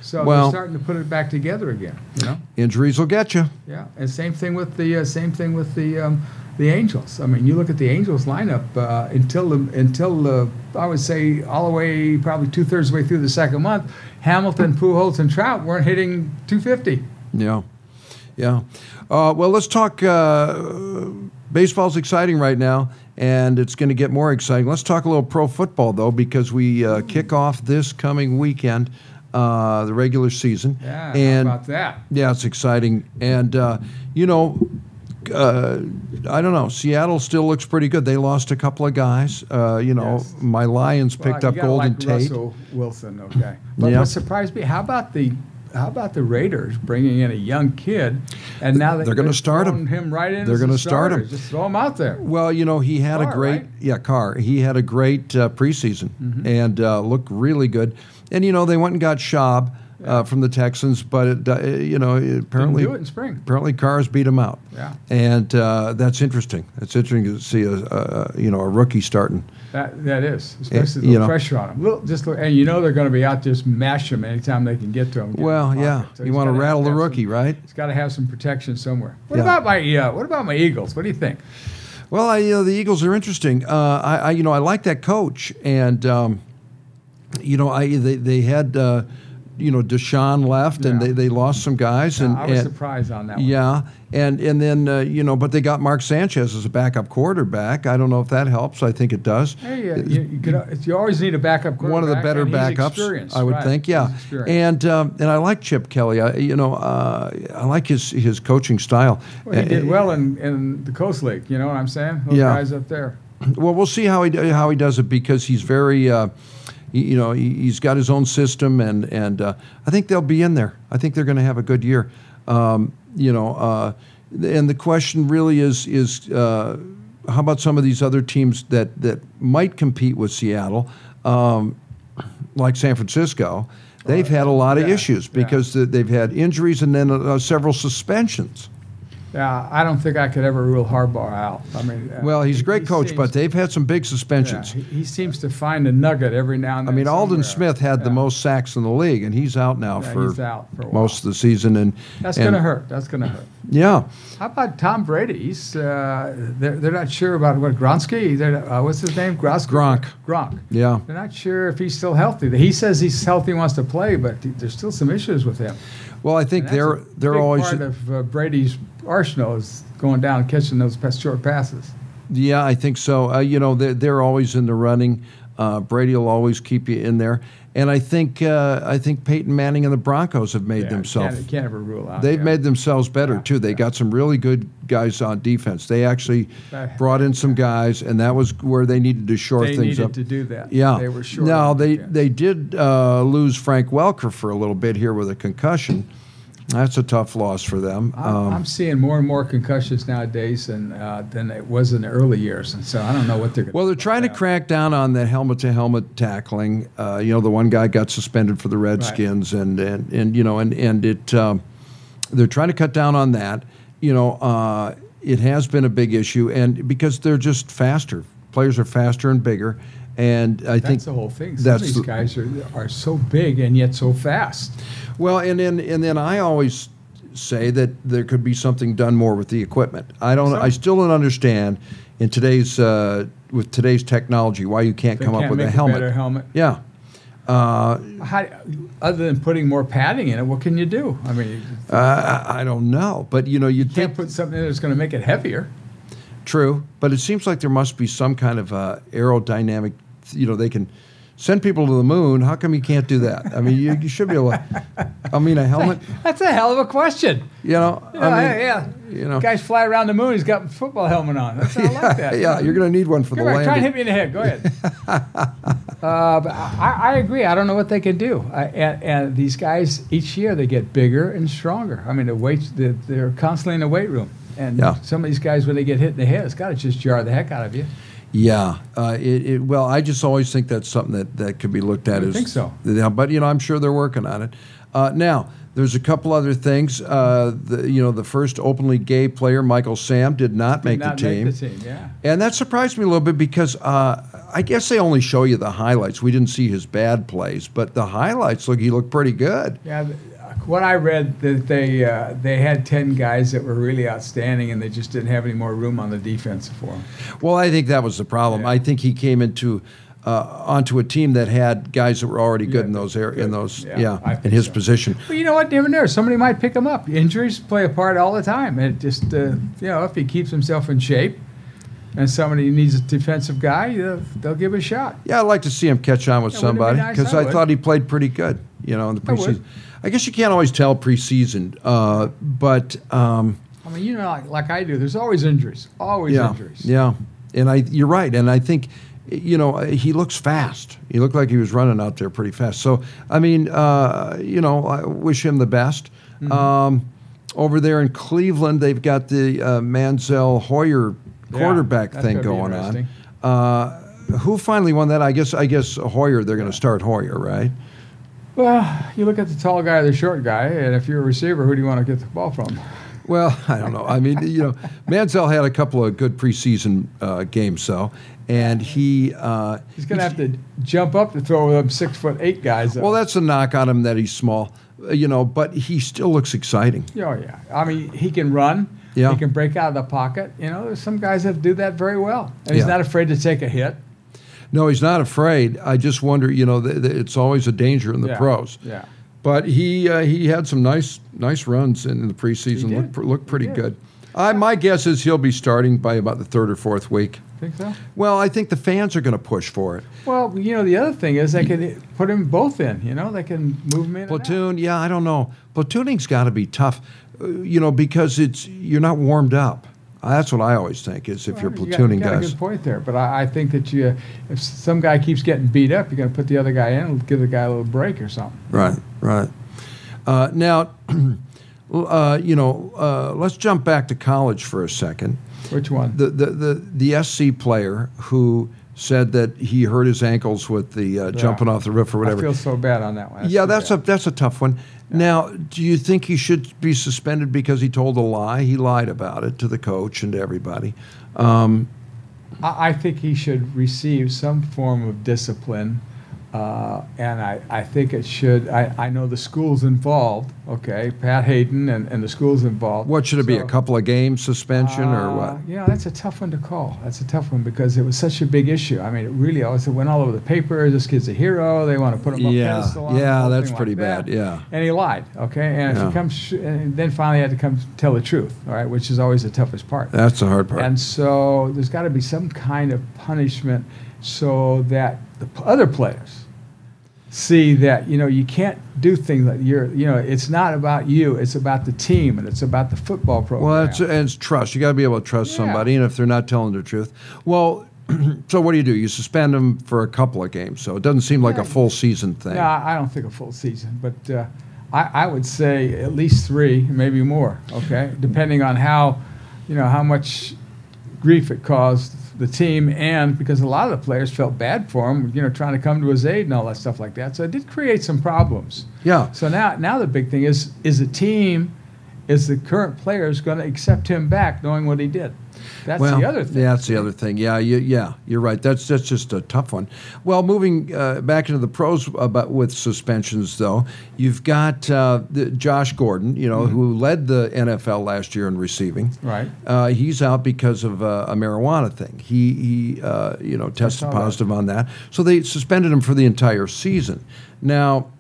B: So
A: Well-
B: they're starting to put it back together again. You know,
A: injuries will get you.
B: yeah. And same thing with the uh, same thing with the um, the Angels. I mean, you look at the Angels lineup uh, until the, until uh, I would say all the way probably two thirds way through the second month, Hamilton, Pujols, and Trout weren't hitting 250.
A: Yeah, yeah. Uh, well, let's talk. Uh, baseball's exciting right now, and it's going to get more exciting. Let's talk a little pro football though, because we uh, kick off this coming weekend uh, the regular season.
B: Yeah,
A: and
B: how about that?
A: yeah, it's exciting, and uh, you know. Uh, I don't know. Seattle still looks pretty good. They lost a couple of guys. Uh, you know,
B: Yes.
A: my Lions picked
B: Well,
A: up
B: you gotta
A: Golden
B: like
A: Tate.
B: Russell Wilson, okay. But
A: Yeah.
B: what surprised me? How about the how about the Raiders bringing in a young kid, and now they,
A: They're gonna
B: they're
A: start him.
B: throwing him right in.
A: They're
B: as a
A: gonna start him.
B: starter. Just throw him out there.
A: Well, you know, he had a
B: Carr,
A: great
B: right? Mm-hmm.
A: yeah car. He had a great uh, preseason and uh, looked really good. And you know, they went and got Schaub uh, from the Texans, but it, uh, you know, it apparently
B: do it in spring.
A: Apparently, cars beat him out.
B: Yeah.
A: and uh, that's interesting. It's interesting to see a, a you know a rookie starting.
B: That that is, especially
A: Eh, you
B: the
A: know.
B: pressure on him. Little, just little- and you know they're going to be out just mash him anytime they can get to him. get
A: Well,
B: in the
A: yeah,
B: pocket. So
A: you
B: he's
A: want to
B: gotta have
A: rattle the
B: have some-
A: rookie, right?
B: He's got to have some protection somewhere. What
A: Yeah.
B: about my uh, what about my Eagles? What do you think?
A: Well, I, you know, the Eagles are interesting. Uh, I, I, you know, I like that coach, and um, you know, I they, they had uh, you know Deshaun left, and
B: Yeah.
A: they, they lost some guys, and,
B: I was
A: and-
B: surprised on that. one.
A: Yeah, and and then uh, you know, but they got Mark Sanchez as a backup quarterback. I don't know if that helps. I think it does.
B: Hey, uh, you, you, could, you always need a backup quarterback.
A: One of the better
B: and he's
A: backups,
B: experienced,
A: I would
B: right.
A: think. Yeah,
B: He's experienced.
A: and um, and I like Chip Kelly. I, you know, uh, I like his his coaching style.
B: Well, he did
A: Uh,
B: well in, in the Coast League. You know what I'm saying? Those
A: Yeah.
B: guys up there.
A: Well, we'll see how he how he does it because he's very. Uh, he, you know, he, he's got his own system, and and uh, I think they'll be in there. I think they're going to have a good year. Um, you know, uh, and the question really is is uh, how about some of these other teams that that might compete with Seattle, um, like San Francisco. They've had a lot of
B: Yeah,
A: issues
B: yeah.
A: because th- they've had injuries and then uh, several suspensions.
B: Yeah, I don't think I could ever rule Harbaugh out. I mean, uh,
A: Well, he's a great
B: he
A: coach,
B: seems-
A: but they've had some big
B: yeah,
A: suspensions.
B: he, he seems to find a nugget every now and
A: I
B: then.
A: mean, Alden
B: somewhere.
A: Smith had the
B: Yeah.
A: most sacks in the league, and he's out now
B: Yeah,
A: for,
B: he's out for a while.
A: most of the season. And
B: That's
A: and-
B: going to hurt. That's going to hurt.
A: Yeah,
B: How about Tom Brady? He's uh, they're, they're not sure about what Gronsky. They're, uh, what's his name? Gronsky.
A: Gronk.
B: Gronk.
A: yeah.
B: They're not sure if he's still healthy. He says he's healthy, wants to play, but th- there's still some issues with him.
A: Well, I think
B: And that's
A: they're
B: a
A: they're
B: big
A: always
B: part of uh, Brady's arsenal is going down and catching those pass, short passes.
A: Yeah, I think so. Uh, you know, they're, they're always in the running. Uh, Brady will always keep you in there, and I think uh, I think Peyton Manning and the Broncos have made
B: Yeah,
A: themselves.
B: Can't, can't ever rule out.
A: They've
B: yeah.
A: made themselves better
B: Yeah,
A: too. They got some really good guys on defense. They actually
B: They-
A: brought in some guys, and that was where they needed to shore
B: They
A: things
B: needed
A: up.
B: to do that.
A: Yeah.
B: They were short.
A: Now they
B: Yeah.
A: they did uh, lose Frank Welker for a little bit here with a concussion. That's a tough loss for them. Um,
B: I'm, I'm seeing more and more concussions nowadays than uh, than it was in the early years, and so I don't know what they're. gonna
A: well, they're
B: do
A: trying to
B: about
A: crack down on the helmet-to-helmet tackling. Uh, you know, the one guy got suspended for the Redskins, and, and and you know, and and it. Um, they're trying to cut down on that. You know, uh, it has been a big issue, and because they're just faster, players are faster and bigger, and I
B: that.
A: think
B: That's the whole thing. Some of
A: that's
B: these
A: the-
B: guys are are so big and yet so fast.
A: Well, and then and then I always say that there could be something done more with the equipment. I don't. I still don't understand in today's uh, with today's technology why you can't
B: They
A: come up
B: can't
A: with
B: make
A: a helmet.
B: better helmet.
A: Yeah. Uh,
B: How, other than putting more padding in it, what can you do? I mean, you
A: I, I don't know, but you know, you'd
B: can't
A: think
B: put something in that's going to make it heavier.
A: true, but it seems like there must be some kind of uh, aerodynamic. You know, they can send people to the moon. How come you can't do that? I mean, you, you should be able. to- I mean, a helmet.
B: That's a hell of a question.
A: You know,
B: You know,
A: I mean,
B: yeah,
A: you know.
B: guys fly around the moon. He's got a football helmet on. That's not like that.
A: yeah, you're going to need one for
B: Come
A: the
B: here,
A: landing.
B: try and hit me in the head. Go ahead. uh, but I, I agree. I don't know what they can do. I, and, and these guys, each year, they get bigger and stronger. I mean, the weights, they're, they're constantly in the weight room. And
A: Yeah.
B: some of these guys, when they get hit in the head, it's got to just jar the heck out of you.
A: Yeah, uh, it, it, well, I just always think that's something that, that could be looked at.
B: I
A: as,
B: think so.
A: Yeah, but you know, I'm sure they're working on it. Uh, now, there's a couple other things. Uh, the, you know, the first openly gay player, Michael Sam, did not make
B: Not
A: the team,
B: make the team, yeah.
A: and that surprised me a little bit because uh, I guess they only show you the highlights. We didn't see his bad plays, but the highlights look he looked pretty good.
B: Yeah, th- uh, what I read that they uh, they had ten guys that were really outstanding, and they just didn't have any more room on the defense for them.
A: Well, I think that was the problem.
B: Yeah.
A: I think he came into uh, onto a team that had guys that were already good
B: Yeah,
A: in those air, in
B: good.
A: those
B: Yeah,
A: yeah,
B: I
A: in
B: think
A: his
B: so.
A: position.
B: Well, you know what? Never know. Somebody might pick him up. Injuries play a part all the time. It just, uh, you know, if he keeps himself in shape and somebody needs a defensive guy, they'll, they'll give it a shot.
A: Yeah, I'd like to see him catch on with
B: Yeah, wouldn't it be
A: somebody
B: nice?
A: because
B: I
A: I,
B: would.
A: thought he played pretty good, you know, in the
B: I would.
A: preseason. I, guess you can't always tell preseason, uh, but um,
B: I mean, you know, like, like I do, there's always injuries. Always
A: yeah,
B: injuries.
A: yeah. And I, you're right, and I think, you know, he looks fast. He looked like he was running out there pretty fast. So I mean, uh, you know, I wish him the best.
B: Mm-hmm.
A: Um, over there in Cleveland, they've got the uh, Manziel Hoyer
B: Yeah,
A: quarterback
B: that's
A: thing
B: gonna be
A: going on.
B: interesting.
A: Uh, who finally won that? I guess I guess Hoyer. They're going to start Hoyer, right?
B: Well, you look at the tall guy or the short guy, and if you're a receiver, who do you want to get the ball from?
A: Well, I don't know. I mean, you know, Manziel had a couple of good preseason uh, games, so, and he. Uh,
B: He's going to have to jump up to throw them six foot eight guys. though.
A: well, that's a knock on him that he's small, uh, you know, but he still looks exciting.
B: Yeah, oh, yeah. I mean, he can run.
A: Yeah.
B: He can break out of the pocket. You know, there's some guys that do that very well. And he's
A: Yeah.
B: not afraid to take a hit.
A: No, he's not afraid. I just wonder, you know, th- th- it's always a danger in the
B: Yeah,
A: pros.
B: Yeah.
A: But he uh, he had some nice nice runs in the
B: He
A: preseason.
B: did.
A: Looked pr- looked
B: He
A: pretty
B: did.
A: good. I, my guess is he'll be starting by about the third or fourth week.
B: Think so?
A: Well, I think the fans are going to push for it.
B: Well, you know, the other thing is they can put them both in. You know, they can move them in. and out.
A: Platoon, yeah, I don't know. Platooning's got to be tough, uh, you know, because it's you're not warmed up. That's what I always think is if
B: Well,
A: you're
B: you got-
A: platooning
B: you got a
A: guys.
B: good point there, but I, I think that you, if some guy keeps getting beat up, you're going to put the other guy in and give the guy a little break or something.
A: Right, right. Uh, now, uh, you know, uh, let's jump back to college for a second.
B: Which one?
A: The, the, the, the SC player who said that he hurt his ankles with the uh, jumping off the roof or
B: I
A: whatever.
B: feel so bad on that one.
A: yeah, that's a
B: a.
A: that's a tough one. Now, do you think he should be suspended because he told a lie? He lied about it to the coach and to everybody. Um,
B: I, I think he should receive some form of discipline. Uh, and I, I think it should. I, I know the school's involved, okay? Pat Hayden and, and the school's involved.
A: What should it be? A
B: So-
A: couple of game suspension or
B: Uh,
A: what?
B: Yeah, that's a tough one to call. That's a tough one because it was such a big issue. I mean, it really always it went all over the paper. This kid's a hero. They want to put him up
A: Yeah,
B: pedestal. on him,
A: yeah,
B: whole
A: that's
B: thing like
A: pretty
B: that.
A: bad, yeah.
B: and he lied. Okay, and if
A: Yeah.
B: he comes, sh- and then finally had to come tell the truth. All right, which is always the toughest part.
A: That's the hard part.
B: And so there's got to be some kind of punishment so that the p- other players see that you know you can't do things like you're you know it's not about you it's about the team and it's about the football program
A: Well, it's, it's trust. You got to be able to trust
B: Oh, Yeah.
A: somebody, and if they're not telling the truth, well, so what do you do? You suspend them for a couple of games, so it doesn't seem like a full season thing.
B: No, I I don't think a full season, but uh, I, I would say at least three, maybe more. Okay,
A: Mm-hmm.
B: depending on how, you know, how much grief it caused the team, and because a lot of the players felt bad for him, you know, trying to come to his aid and all that stuff like that. So it did create some problems.
A: Yeah.
B: So now, now the big thing is, is the team, is the current players going to accept him back, knowing what he did? That's
A: well,
B: the other thing.
A: Yeah, that's the other thing. Yeah, you, yeah, you're right. That's that's just a tough one. Well, moving uh, back into the pros about with suspensions though, you've got uh, the, Josh Gordon, you know,
B: Mm-hmm.
A: who led the NFL last year in receiving.
B: Right.
A: Uh, he's out because of uh, a marijuana thing. He he, uh, you know, tested
B: saw that.
A: positive on that, so they suspended him for the entire season. Now.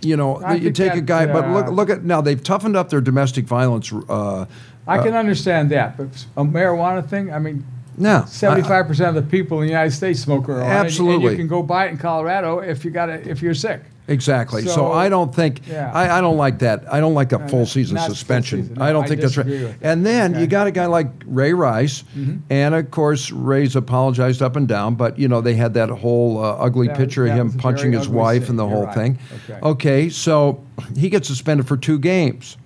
A: You know,
B: I
A: you
B: think
A: take a
B: that,
A: guy, but look,
B: uh,
A: look at now they've toughened up their domestic violence. Uh,
B: I can understand that, but a marijuana thing, I mean,
A: now,
B: Seventy-five percent of the people in the United States smoke marijuana. and-
A: Absolutely.
B: and you can go buy it in Colorado if you got it, if you're sick.
A: Exactly. So,
B: So-
A: I don't think
B: Yeah.
A: I, I don't like that. I don't like a full
B: no,
A: season
B: not full
A: suspension.
B: season.
A: I don't
B: I
A: think that's right.
B: disagree with
A: And then you
B: Okay. Mm-hmm.
A: got a guy like Ray Rice, and of course Ray's apologized up and down, but you know they had that whole uh, ugly
B: That-
A: picture of
B: that
A: him
B: was a
A: punching
B: very
A: his
B: ugly
A: wife
B: scene.
A: and the
B: You're
A: whole
B: right.
A: thing.
B: Okay.
A: okay, so he gets suspended for two games.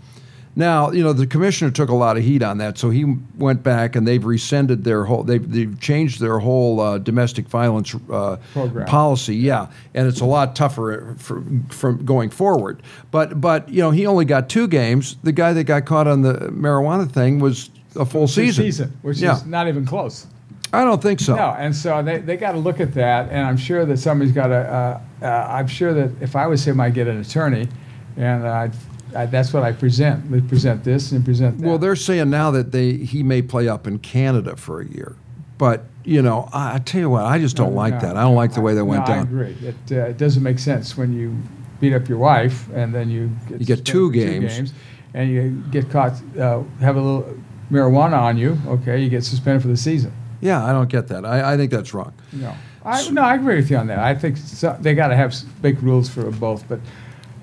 A: Now, you know, the commissioner took a lot of heat on that, so he went back and they've rescinded their whole, they've, they've changed their whole uh, domestic violence uh,
B: Program.
A: policy, yeah. And it's a lot tougher for, from going forward. But, but, you know, he only got two games. The guy that got caught on the marijuana thing was a full season.
B: season, which
A: yeah.
B: is not even close.
A: I don't think so.
B: No, and so they, they got to look at that, and I'm sure that somebody's got to. Uh, uh, I'm sure that if I was him, I'd get an attorney, and I'd, I, that's what I present. We present this and present that.
A: Well, they're saying now that they he may play up in Canada for a year, but you know, I, I tell you what, I just don't like
B: No,
A: that. I don't like the way that
B: no,
A: went
B: I
A: down.
B: agree. It, uh, it doesn't make sense when you beat up your wife and then you get,
A: You get
B: suspended
A: two
B: for
A: games.
B: and you get caught uh, have a little marijuana on you. Okay, you get suspended for the season.
A: Yeah, I don't get that. I, I think that's wrong.
B: No, I, no, I agree with you on that. I think so, they got to have s- big rules for both. But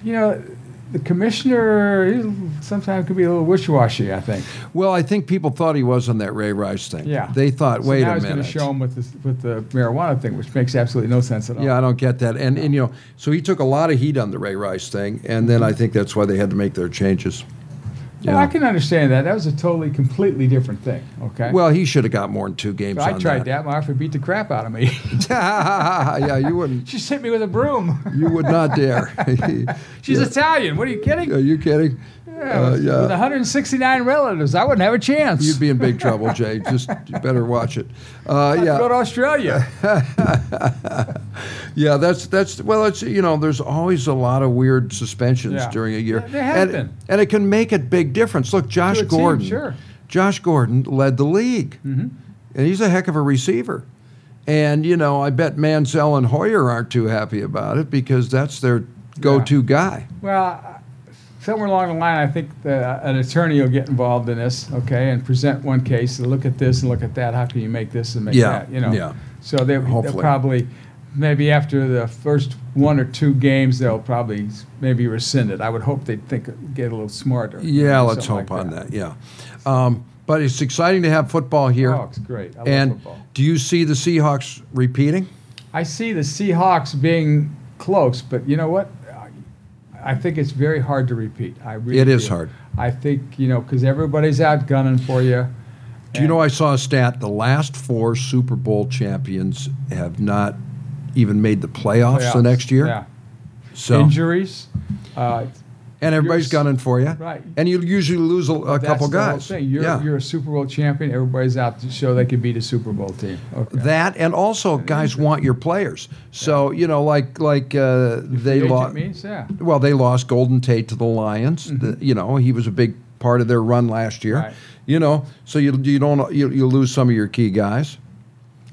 B: you know, the commissioner he sometimes can be a little wishy-washy. I think.
A: Well, I think people thought he was on that Ray Rice thing.
B: Yeah.
A: they thought,
B: So
A: Uh, wait
B: now
A: a
B: he's going
A: minute.
B: to show him with this, with the marijuana thing, which makes absolutely no sense at all.
A: yeah, I don't get that. And and you know, so he took a lot of heat on the Ray Rice thing, and then I think that's why they had to make their changes.
B: Well, I can understand that. That was a totally, completely different thing. Okay.
A: Well, he should have got more than two games.
B: I
A: on
B: tried that. My wife would beat the crap out of me.
A: yeah, you wouldn't.
B: she hit me with a broom.
A: You would not dare.
B: She's Italian. What are you kidding?
A: Are you kidding?
B: Yeah,
A: Uh,
B: with, with 169 relatives, I wouldn't have a chance.
A: You'd be in big trouble, Jay. Just you better watch it. Uh,
B: I'd Go to
A: yeah,
B: Australia.
A: yeah. That's that's well. It's you know, there's always a lot of weird suspensions
B: Yeah.
A: during a year.
B: There have
A: and,
B: been.
A: and it can make a big difference. Look, Josh
B: a team,
A: Gordon.
B: sure. Mm-hmm.
A: Josh Gordon led the league, and he's a heck of a receiver. And you know, I bet Manziel and Hoyer aren't too happy about it because that's their go-to guy.
B: Well, I- somewhere along the line, I think the, an attorney will get involved in this, okay, and present one case and look at this and look at that. How can you make this and make
A: Yeah,
B: that? You know.
A: yeah.
B: So they, they'll
A: Hopefully.
B: probably maybe after the first one or two games, they'll probably s- maybe rescind it. I would hope they would think get a little smarter. you
A: Yeah,
B: know,
A: let's
B: something
A: hope
B: like
A: on that. Yeah, um, But it's exciting to have football here.
B: Oh, it's great. I love
A: and
B: football.
A: do you see the Seahawks repeating?
B: I see the Seahawks being close, but you know what? I- I think it's very hard to repeat. I really
A: It is
B: do.
A: hard.
B: I think you know because everybody's out gunning for you.
A: Do you know I saw a stat? The last four Super Bowl champions have not even made the playoffs, the next year.
B: Yeah.
A: So
B: Injuries. Uh,
A: and everybody's
B: you're-
A: gunning for you.
B: Right.
A: And you usually lose a, a
B: that's
A: couple
B: the whole
A: guys.
B: thing. You're,
A: yeah.
B: you're a Super Bowl champion. Everybody's out to show they can beat a Super Bowl team. Okay.
A: that and also guys want your players. So you know, like like uh, they
B: Agent
A: lost.
B: means, yeah.
A: Well, they lost Golden Tate to the Lions. The- you know, he was a big part of their run last year.
B: Mm-hmm. Right.
A: You know, so you you don't you, you lose some of your key guys.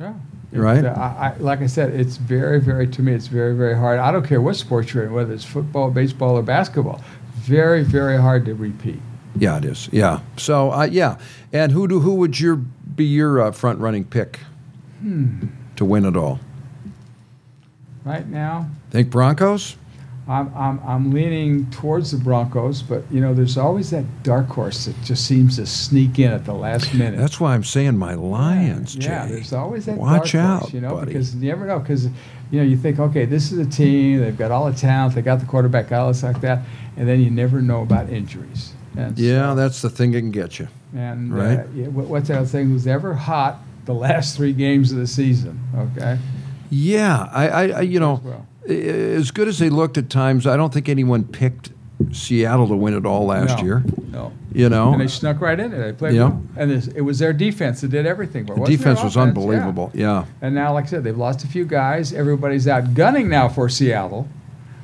B: Yeah. uh,
A: Right.
B: I, I, like I said, it's very, very, to me, it's very, very hard. I don't care what sport you're in, whether it's football, baseball, or basketball. Very, very hard to repeat.
A: Yeah, it is. Yeah. So uh, yeah, and who do who would your be your uh, front running pick
B: Hmm.
A: to win it all?
B: Right now,
A: Think Broncos?
B: I'm, I'm, I'm leaning towards the Broncos, but, you know, there's always that dark horse that just seems to sneak in at the last minute.
A: That's why I'm saying my Lions, Jay.
B: Yeah, there's always that
A: Watch
B: dark horse,
A: out,
B: you know,
A: buddy.
B: because you never know. Because you know, you think, okay, this is a team. They've got all the talent. They got the quarterback, got all this like that, and then you never know about injuries. And
A: yeah, that's the thing that can get you.
B: And
A: Right.
B: uh, yeah, what- what's that thing? Who's ever hot the last three games of the season? Okay.
A: Yeah, I, I, I you know,
B: well.
A: i- as good as they looked at times, I don't think anyone picked Seattle to win it all last
B: No,
A: year.
B: No.
A: You know,
B: And they snuck right in it. They played
A: Yeah.
B: well. And this, it was their defense that did everything. But
A: the
B: wasn't their
A: defense was
B: offense, yeah.
A: unbelievable. Yeah.
B: And now, like I said, they've lost a few guys. Everybody's out gunning now for Seattle.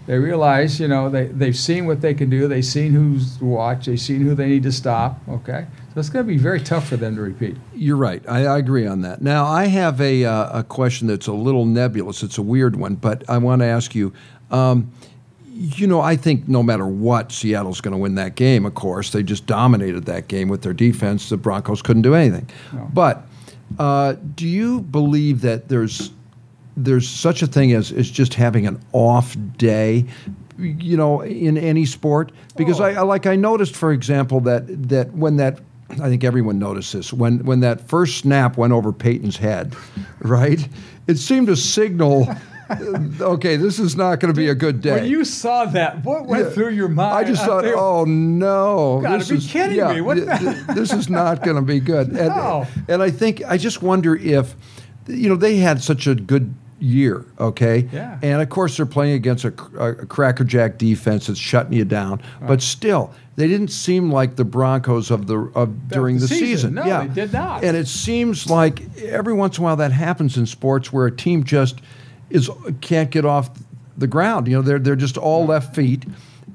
B: They realize, you know, they, they've seen what they can do. They've seen who's to watch. They've seen who they need to stop. Okay. So it's going to be very tough for them to repeat.
A: You're right. I, I agree on that. Now, I have a, uh, a question that's a little nebulous. It's a weird one, but I want to ask you. Um, you know, I think no matter what, Seattle's going to win that game, of course. They just dominated that game with their defense. The Broncos couldn't do anything.
B: No.
A: But uh, do you believe that there's there's such a thing as, as just having an off day, you know, in any sport? Because I, I like I noticed, for example, that that when that I think everyone noticed this when when that first snap went over Peyton's head, right? It seemed to signal. Okay, this is not going to be a good day.
B: When you saw that, what went through your mind?
A: I just
B: out
A: thought,
B: there?
A: oh no,
B: gotta
A: this
B: be
A: is-
B: kidding me. What
A: th-
B: the-
A: th- this is not going to be good. And,
B: No.
A: and I think I just wonder if, you know, they had such a good year, okay,
B: Yeah.
A: and of course they're playing against a, cr- a crackerjack defense that's shutting you down, but still they didn't seem like the Broncos of the of during
B: the
A: the,
B: season.
A: season.
B: No,
A: yeah.
B: they did not.
A: And it seems like every once in a while that happens in sports where a team just is can't get off the ground. You know, they're they're just all left feet.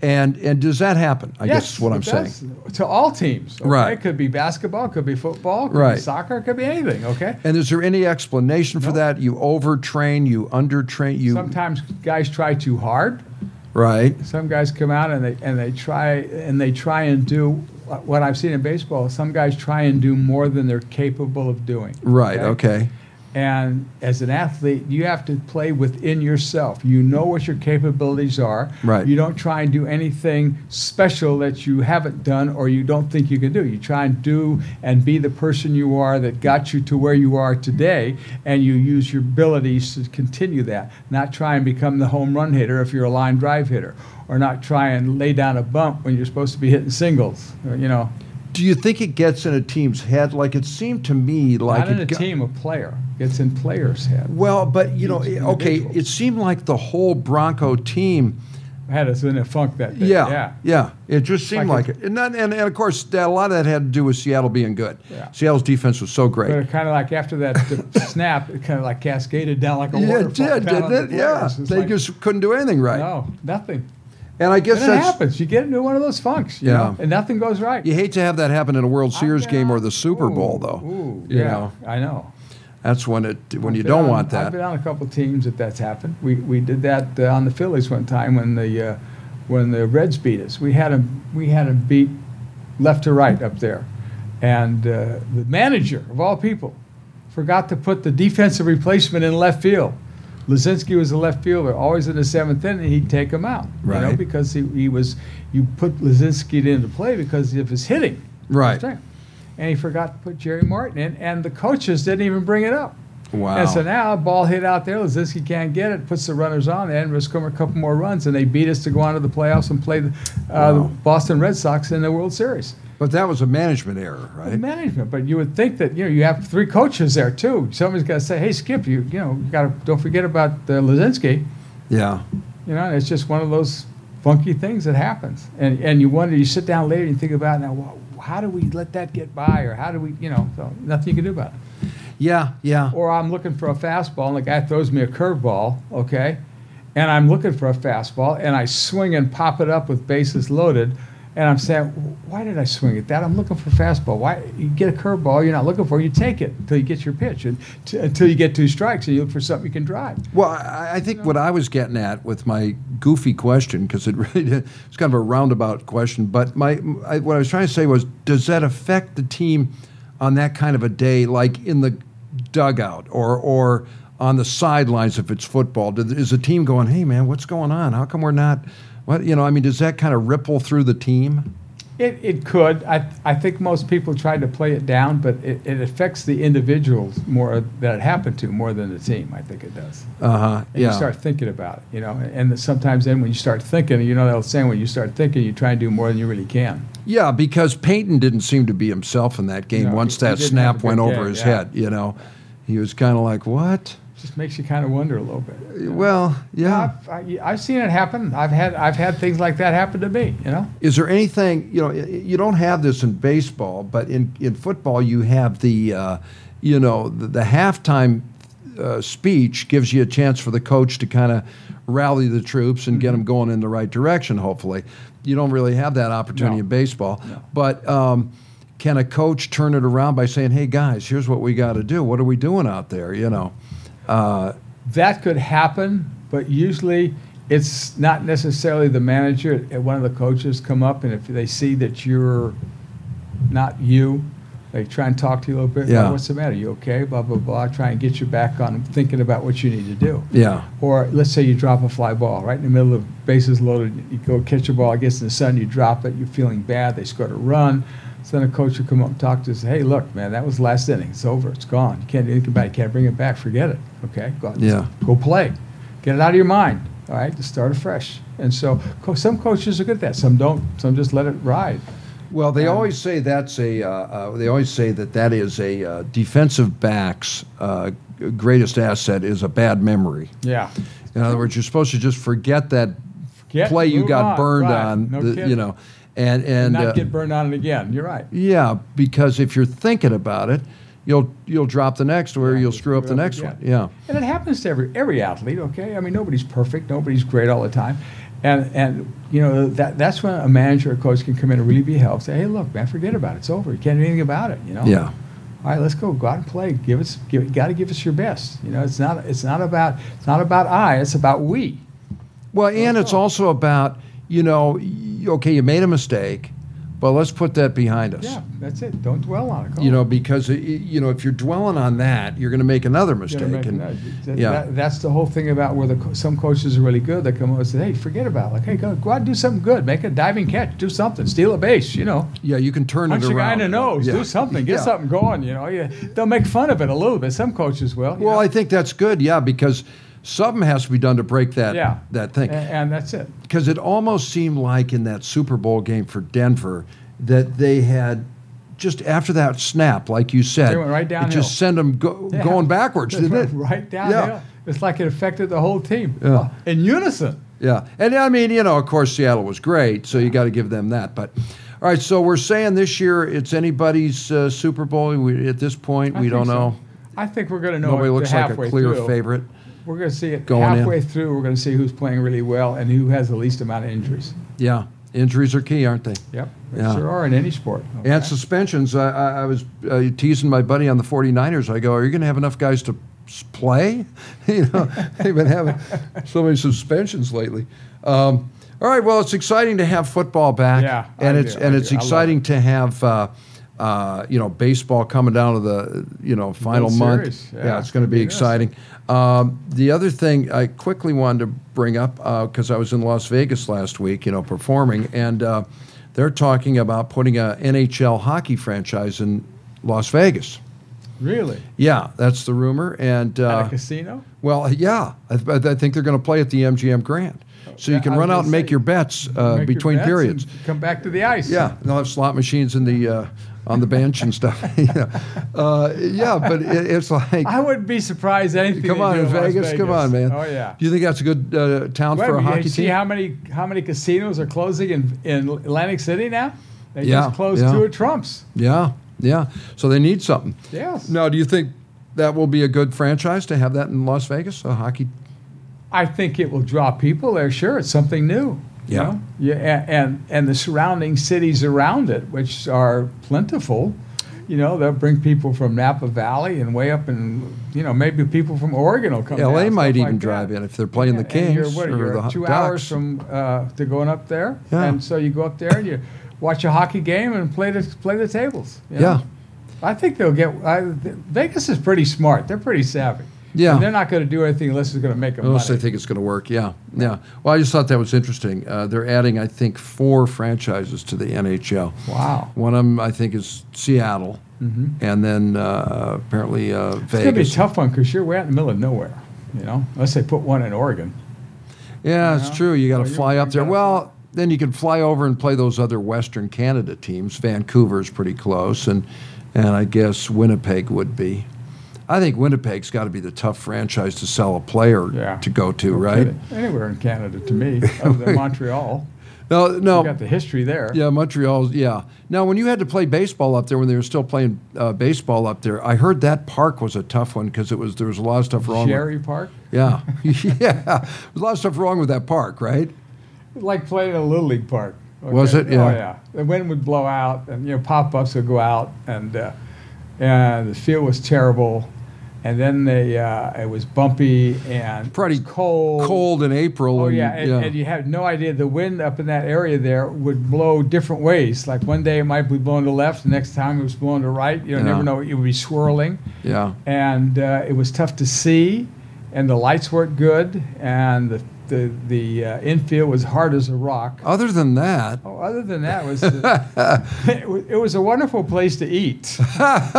A: And and does that happen? I guess is what
B: it
A: I'm saying.
B: does. To all teams. Okay?
A: Right.
B: It could be basketball, it could be football, it could
A: Right.
B: be soccer, it could be anything. Okay.
A: And is there any explanation for that? You overtrain, you undertrain, you
B: Sometimes guys try too hard.
A: right?
B: some guys come out and they and they try and they try and do what I've seen in baseball. Some guys try and do more than they're capable of doing.
A: Right. Okay.
B: And as an athlete, you have to play within yourself. You know what your capabilities are.
A: Right.
B: You don't try and do anything special that you haven't done or you don't think you can do. You try and do and be the person you are that got you to where you are today, and you use your abilities to continue that. Not try and become the home run hitter if you're a line drive hitter, or not try and lay down a bump when you're supposed to be hitting singles. or, You know,
A: Do you think it gets in a team's head? Like it seemed to me like
B: not in
A: it
B: a
A: got-
B: team, a player. It's in players' head.
A: Well, but you know,
B: Each
A: it- okay,
B: individual.
A: it seemed like the whole Bronco team.
B: Had us in a funk that day.
A: Yeah,
B: yeah.
A: yeah, It just seemed
B: Like
A: like,
B: it-
A: it, and, that, and and of course, that, a lot of that had to do with Seattle being good.
B: Yeah.
A: Seattle's defense was so great.
B: But kind of like after that the snap, it kind of like cascaded down like a
A: yeah,
B: waterfall.
A: it did,
B: down on the
A: didn't it? Yeah,
B: players. It's
A: they
B: like,
A: just couldn't do anything right.
B: no nothing.
A: And I guess
B: And it
A: that's
B: happens. You get into one of those funks, you
A: Yeah.
B: know, and nothing goes right.
A: you hate to have that happen in a World
B: I've
A: Series
B: been
A: game or
B: on-
A: the Super
B: ooh,
A: Bowl, though.
B: Ooh,
A: you
B: yeah,
A: know,
B: I know.
A: that's when it when you
B: Been
A: don't
B: on-
A: want
B: I've
A: that.
B: been on a couple teams that that's happened. We we did that uh, on the Phillies one time when the uh, when the Reds beat us. We had them we had 'em beat left to right up there, and uh, the manager of all people forgot to put the defensive replacement in left field. Lazinski was a left fielder, always in the seventh inning. He'd take him out, you know,
A: Right.
B: because he, he was you put Lazinski into play because of his hitting.
A: Right.
B: That's right. and he forgot to put Jerry Martin in, and the coaches didn't even bring it up.
A: Wow.
B: And so now, ball hit out there, Lizinski can't get it, puts the runners on, and Riscombe a couple more runs, and they beat us to go on to the playoffs and play the, uh, the
A: Wow.
B: Boston Red Sox in the World Series.
A: But that was a management error,
B: The
A: right?
B: management, but you would think that you know you have three coaches there too. Somebody's got to say, "Hey, Skip, you you know you got to don't forget about uh, Lizinski."
A: Yeah.
B: You know, it's just one of those funky things that happens, and and you wonder, you sit down later, and you think about now, well, how do we let that get by, or how do we, you know, so nothing you can do about it.
A: Yeah. Yeah.
B: Or I'm looking for a fastball, and the guy throws me a curveball, okay, and I'm looking for a fastball, and I swing and pop it up with bases loaded, and I'm saying, why did I swing at that? I'm looking for a fastball. Why you get a curveball you're not looking for? You take it until you get your pitch, and t- until you get two strikes, and you look for something you can drive.
A: Well, I, I think what I was getting at with my goofy question, because it really did, it's kind of a roundabout question, but my I, what I was trying to say was, does that affect the team on that kind of a day, like in the dugout or or on the sidelines if it's football? Did, is the team going, hey man, what's going on? How come we're not? What you know? I mean, does that kind of ripple through the team?
B: It, it could. I, I think most people try to play it down, but it, it affects the individuals more that it happened to more than the team. I think it does.
A: Uh huh.
B: And you start thinking about it, you know. And sometimes then when you start thinking, you know that old saying, when you start thinking, you try and do more than you really can.
A: Yeah, because Peyton didn't seem to be himself in that game
B: No,
A: once
B: he- he
A: that
B: didn't have a
A: snap
B: good
A: went over
B: day,
A: his
B: yeah.
A: head. You know, he was kind of like, what?
B: just makes you kind of wonder a little bit. you know.
A: Well, yeah.
B: I've, I, I've seen it happen. I've had I've had things like that happen to me, you know.
A: Is there anything you know? i- You don't have this in baseball, but in in football, you have the, uh, you know, the, the halftime uh, speech gives you a chance for the coach to kind of rally the troops and get them going in the right direction. Hopefully, you don't really have that opportunity
B: No.
A: in baseball, but. Um, can a coach turn it around by saying, "Hey guys, here's what we got to do. What are we doing out there?" You know, uh,
B: that could happen, but usually it's not necessarily the manager. It- One of the coaches come up, and if they see that you're not you, they try and talk to you a little bit. "Well,
A: Yeah.
B: What's the matter? You okay? Blah blah blah. Try and get you back on thinking about what you need to do.
A: yeah,
B: Or let's say you drop a fly ball right in the middle of bases loaded. You go catch a ball against the sun. You drop it. You're feeling bad. They scored a run. So then a coach will come up and talk to us. Hey, look, man, that was last inning. It's over. It's gone. You can't do anything about it. You can't bring it back. Forget it. Okay, go out.
A: Yeah.
B: Go play. Get it out of your mind. All right, just start afresh. And so co- some coaches are good at that. Some don't. Some just let it ride.
A: Well,
B: Um,
A: they always say that's a. Uh, uh, they always say that that is a uh, defensive back's uh, g- greatest asset is a bad memory.
B: Yeah.
A: In other words, you're supposed to just forget that
B: Forget,
A: play you
B: move
A: got
B: on,
A: burned
B: right,
A: on.
B: no
A: the-
B: kidding.
A: you know, and and
B: Not
A: uh,
B: get burned on it again. You're right.
A: yeah, because if you're thinking about it, you'll you'll drop the next or you'll screw up the next
B: again.
A: one. Yeah.
B: And it happens to every every athlete, okay? I mean, nobody's perfect, nobody's great all the time. And and you know, that that's when a manager or coach can come in and really be helpful. Say, "Hey, look, man, forget about it. It's over. You can't do anything about it, you know?"
A: Yeah.
B: All right, let's go. Go out and play. Give us give got to give us your best. You know, it's not it's not about it's not about I, it's about we.
A: Well, and it's also about you know, y- okay, you made a mistake, but let's put that behind us.
B: Yeah, that's it. Don't dwell on it. Go
A: You
B: on.
A: know, because uh, y- you know, if you're dwelling on that, you're going to make another mistake.
B: Gotta make
A: and-
B: that- that-
A: yeah.
B: that- that's the whole thing about where the co- some coaches are really good. They come over and say, "Hey, forget about it. like, hey, go, go out and do something good. Make a diving catch, do something, steal a base, you know,
A: Yeah, you can turn
B: punch
A: it
B: a
A: around.
B: guy in the nose,
A: Yeah.
B: do something, get
A: Yeah.
B: something going." You know, yeah. they'll make fun of it a little bit. Some coaches will. you
A: Well,
B: know.
A: I think that's good. Yeah, because something has to be done to break that
B: Yeah.
A: that thing.
B: A- and that's it.
A: Because it almost seemed like in that Super Bowl game for Denver that they had just after that snap, like you said,
B: They went right
A: It
B: downhill.
A: just sent them go,
B: Yeah.
A: going backwards,
B: That's
A: didn't it?
B: right, Right downhill. It's like it affected the whole team
A: Yeah.
B: in unison.
A: Yeah, and I mean, you know, of course, Seattle was great, so you got to give them that. But all right, so we're saying this year it's anybody's uh, Super Bowl. We, at this point,
B: I
A: we
B: think
A: don't
B: so.
A: know.
B: I think we're going to know.
A: Nobody
B: it
A: looks like a
B: halfway
A: clear
B: through.
A: favorite.
B: We're going to see it
A: going in.
B: halfway through. We're going to see who's playing really well and who has the least amount of injuries.
A: Yeah, injuries are key, aren't they?
B: Yep, they
A: Yeah.
B: sure are in any sport.
A: And suspensions. I, I, I was uh, teasing my buddy on the 49ers. I go, are you going to have enough guys to s- play? you know, they've been having so many suspensions lately. Um, all right. Well, it's exciting to have football back.
B: Yeah,
A: and
B: I
A: it's
B: do,
A: and
B: I
A: it's
B: do. I love
A: exciting to have. Uh, uh, you know, baseball coming down to the you know final
B: World
A: month.
B: Series.
A: Yeah,
B: Yeah,
A: it's going to be
B: it is.
A: exciting. Um, the other thing I quickly wanted to bring up because I was in Las Vegas last week, you know, performing, and uh, They're talking about putting a NHL hockey franchise in Las Vegas.
B: Really?
A: Yeah, that's the rumor. And
B: At
A: uh,
B: a casino?
A: well, yeah, I, th- I think they're going to play at the MGM Grand, so you
B: Yeah,
A: can
B: I was
A: run out
B: gonna
A: and make
B: say,
A: your bets uh,
B: Make your
A: between
B: bets and
A: periods.
B: Come back to the ice.
A: Yeah, and they'll have slot machines in the uh, on the bench and stuff. yeah. Uh, yeah, but it, it's like.
B: I wouldn't be surprised anything.
A: Come
B: they
A: on,
B: do
A: in
B: Las
A: Vegas, Come on, man.
B: Oh yeah.
A: Do you think that's a good uh, town
B: Wait,
A: for a
B: you
A: hockey
B: see
A: team?
B: how many how many casinos are closing in, in Atlantic City now? They
A: Yeah,
B: just closed
A: yeah.
B: two at Trump's.
A: yeah, yeah. So they need something.
B: Yes.
A: Now, do you think that will be a good franchise to have that in Las Vegas? A hockey?
B: I think it will draw people there. Sure, it's something new. you
A: Yeah.
B: know? Yeah, a- and and the surrounding cities around it, which are plentiful, you know, they'll bring people from Napa Valley and way up in, you know, maybe people from Oregon will come. down,
A: LA
B: Oh, stuff
A: might
B: like
A: even
B: that.
A: drive in if they're playing the
B: And
A: Kings
B: you're, what,
A: or
B: you're
A: the Ho-
B: two
A: Ducks.
B: hours from uh, to going up there,
A: Yeah.
B: and so you go up there and you watch a hockey game and play the play the tables. you
A: Yeah.
B: know? I think they'll get. I, Vegas is pretty smart. They're pretty savvy.
A: Yeah.
B: and they're not going to do anything unless it's going to make them
A: Unless
B: money.
A: they think it's going to work, yeah, yeah. Well, I just thought that was interesting. Uh, they're adding, I think, four franchises to the NHL.
B: wow,
A: One of them, I think, is Seattle, and then uh, apparently uh,
B: Mm-hmm. it's going to be a
A: Vegas.
B: tough one because you're way out in the middle of nowhere. You know, unless they put one in Oregon.
A: yeah, it's
B: Yeah.
A: true. You got to
B: Well, you-
A: fly
B: you
A: up there.
B: gotta
A: Well, then you can fly over and play those other Western Canada teams. Vancouver's pretty close, and and I guess Winnipeg would be. I think Winnipeg's got to be the tough franchise to sell a player
B: Yeah.
A: to go to, right?
B: Anywhere in Canada to me, other than Montreal.
A: No, no.
B: You got the history there.
A: Yeah, Montreal's. Yeah. Now, when you had to play baseball up there, when they were still playing uh, baseball up there, I heard that park was a tough one because it was there was a lot of stuff wrong. with-
B: Sherry Park,
A: yeah, yeah. There's a lot of stuff wrong with that park, right?
B: like playing a little league park.
A: Was it?
B: Oh
A: Yeah.
B: yeah. The wind would blow out, and you know pop ups would go out, and uh, and the field was terrible. And then they, uh, it was bumpy and it
A: Pretty
B: was cold.
A: Cold in April.
B: Oh
A: and,
B: yeah, and, and you have no idea the wind up in that area there would blow different ways. Like one day it might be blowing to left, the next time it was blowing to right. You know,
A: Yeah.
B: never know. It would be swirling,
A: yeah.
B: and uh, it was tough to see, and the lights weren't good, and the the, the uh, infield was hard as a rock.
A: Other than that,
B: Oh, other than that, it was it, was, it was a wonderful place to eat.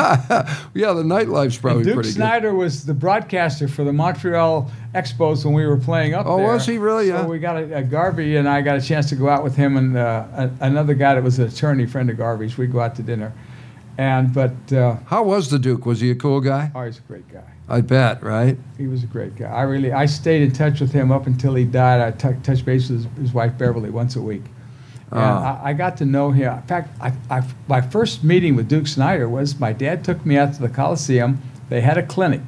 A: yeah, the nightlife's probably
B: Duke
A: pretty good.
B: Snyder was the broadcaster for the Montreal Expos when we were playing up
A: Oh,
B: there.
A: was he really?
B: So
A: Yeah.
B: we got a, a Garvey and I got a chance to go out with him and uh, a, another guy that was an attorney friend of Garvey's. We'd go out to dinner, and but uh,
A: How was the Duke? Was he a cool guy?
B: oh, he's a great guy.
A: I bet, right?
B: He was a great guy. I really I stayed in touch with him up until he died. I tou- touched base with his, his wife Beverly once a week. And
A: Ah.
B: I, I got to know him. In fact, I, I, my first meeting with Duke Snyder was my dad took me out to the Coliseum. They had a clinic,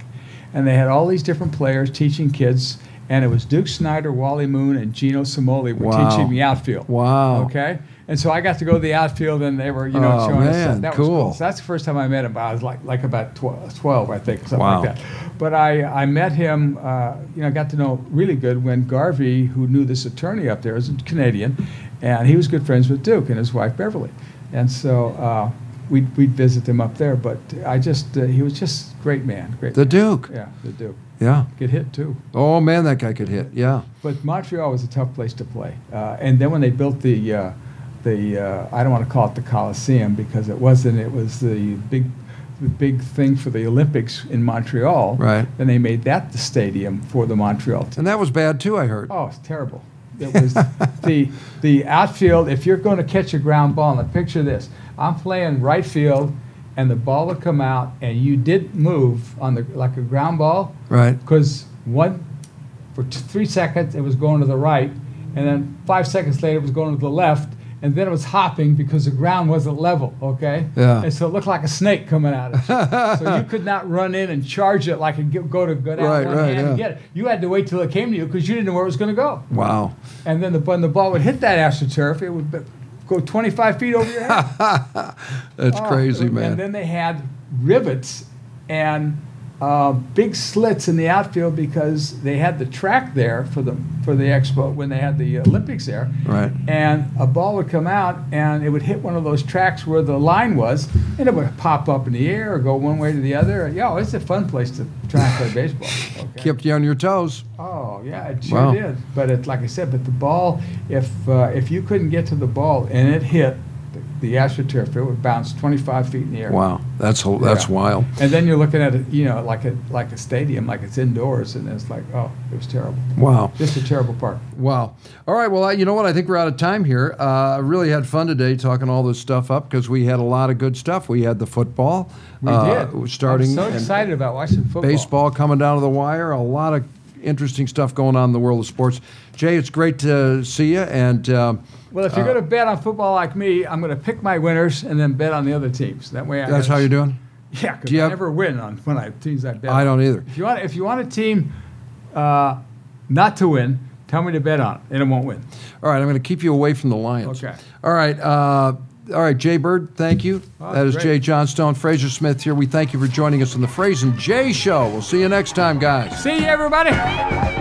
B: and they had all these different players teaching kids. And it was Duke Snyder, Wally Moon, and Gino Simoli were
A: Wow.
B: teaching the outfield.
A: Wow.
B: Okay. And so I got to go to the outfield, and they were, you know,
A: Oh,
B: showing us
A: man,
B: stuff. That
A: cool.
B: was cool. So that's the first time I met him. but I was like, like about 12, 12 I think, something
A: Wow.
B: like that. But I, I met him, uh, you know, I got to know really good when Garvey, who knew this attorney up there, was a Canadian, and he was good friends with Duke and his wife Beverly. And so uh, we'd, we'd visit them up there, but I just, uh, he was just a great man. Great
A: The
B: man.
A: Duke.
B: Yeah, the Duke.
A: Yeah.
B: Could hit too.
A: Oh man, that guy could hit. Yeah.
B: But Montreal was a tough place to play. Uh, and then when they built the, uh, the uh, I don't want to call it the Coliseum because it wasn't. It was the big, the big thing for the Olympics in Montreal.
A: Right.
B: And they made that the stadium for the Montreal team.
A: And that was bad too. I heard.
B: Oh, it's terrible. It was the the outfield. If you're going to catch a ground ball, now picture this: I'm playing right field, and the ball would come out, and you didn't move on the like a ground ball
A: Right.
B: because one for t- three seconds it was going to the right, and then five seconds later it was going to the left, and then it was hopping because the ground wasn't level. Okay.
A: Yeah.
B: And so it looked like a snake coming out of it. so you could not run in and charge it like a g- go to go down
A: Right,
B: one
A: right,
B: hand and
A: yeah.
B: get it. You had to wait till it came to you because you didn't know where it was going to go.
A: Wow.
B: And then the when the ball would hit that astroturf, it would b- go 25 feet over your head.
A: That's crazy, man.
B: Oh, And then they had rivets and uh, big slits in the outfield because they had the track there for the for the expo when they had the Olympics there.
A: Right.
B: And a ball would come out and it would hit one of those tracks where the line was, and it would pop up in the air or go one way to the other. Yeah, it's a fun place to try and play baseball. Okay.
A: Kept you on your toes.
B: Oh ball. Yeah, it sure
A: Wow.
B: did. But it, like I said, but the ball, if uh, if you couldn't get to the ball and it hit the, the astroturf, it would bounce 25 feet in the air.
A: Wow, that's ho- that's
B: Yeah.
A: wild.
B: And then you're looking at it, you know, like a like a stadium, like it's indoors, and it's like, oh, it was terrible.
A: Wow.
B: Just a terrible park.
A: Wow. All right. Well, I, you know what? I think we're out of time here. Uh, I really had fun today talking all this stuff up because we had a lot of good stuff. We had the football.
B: We
A: uh,
B: did.
A: Starting
B: I'm so
A: and
B: excited about watching football.
A: baseball coming down to the wire. A lot of interesting stuff going on in the world of sports. Jay, it's great to see you. And uh,
B: Well, if you're going to bet on football like me, I'm going to pick my winners and then bet on the other teams. That way, I
A: that's
B: got-
A: how you're doing?
B: Yeah, 'cause
A: Do you
B: I
A: have-
B: never win on when I teams I bet.
A: I
B: on.
A: don't either.
B: If you want, if you want a team uh, not to win, tell me to bet on it, and it won't win.
A: All right, I'm going to keep you away from the Lions.
B: Okay.
A: All right, uh, all right, Jay Bird, thank you.
B: Oh,
A: that is
B: great.
A: Jay Johnstone, Fraser Smith here. We thank you for joining us on the Fraser and Jay Show. We'll see you next time, guys.
B: See you, everybody.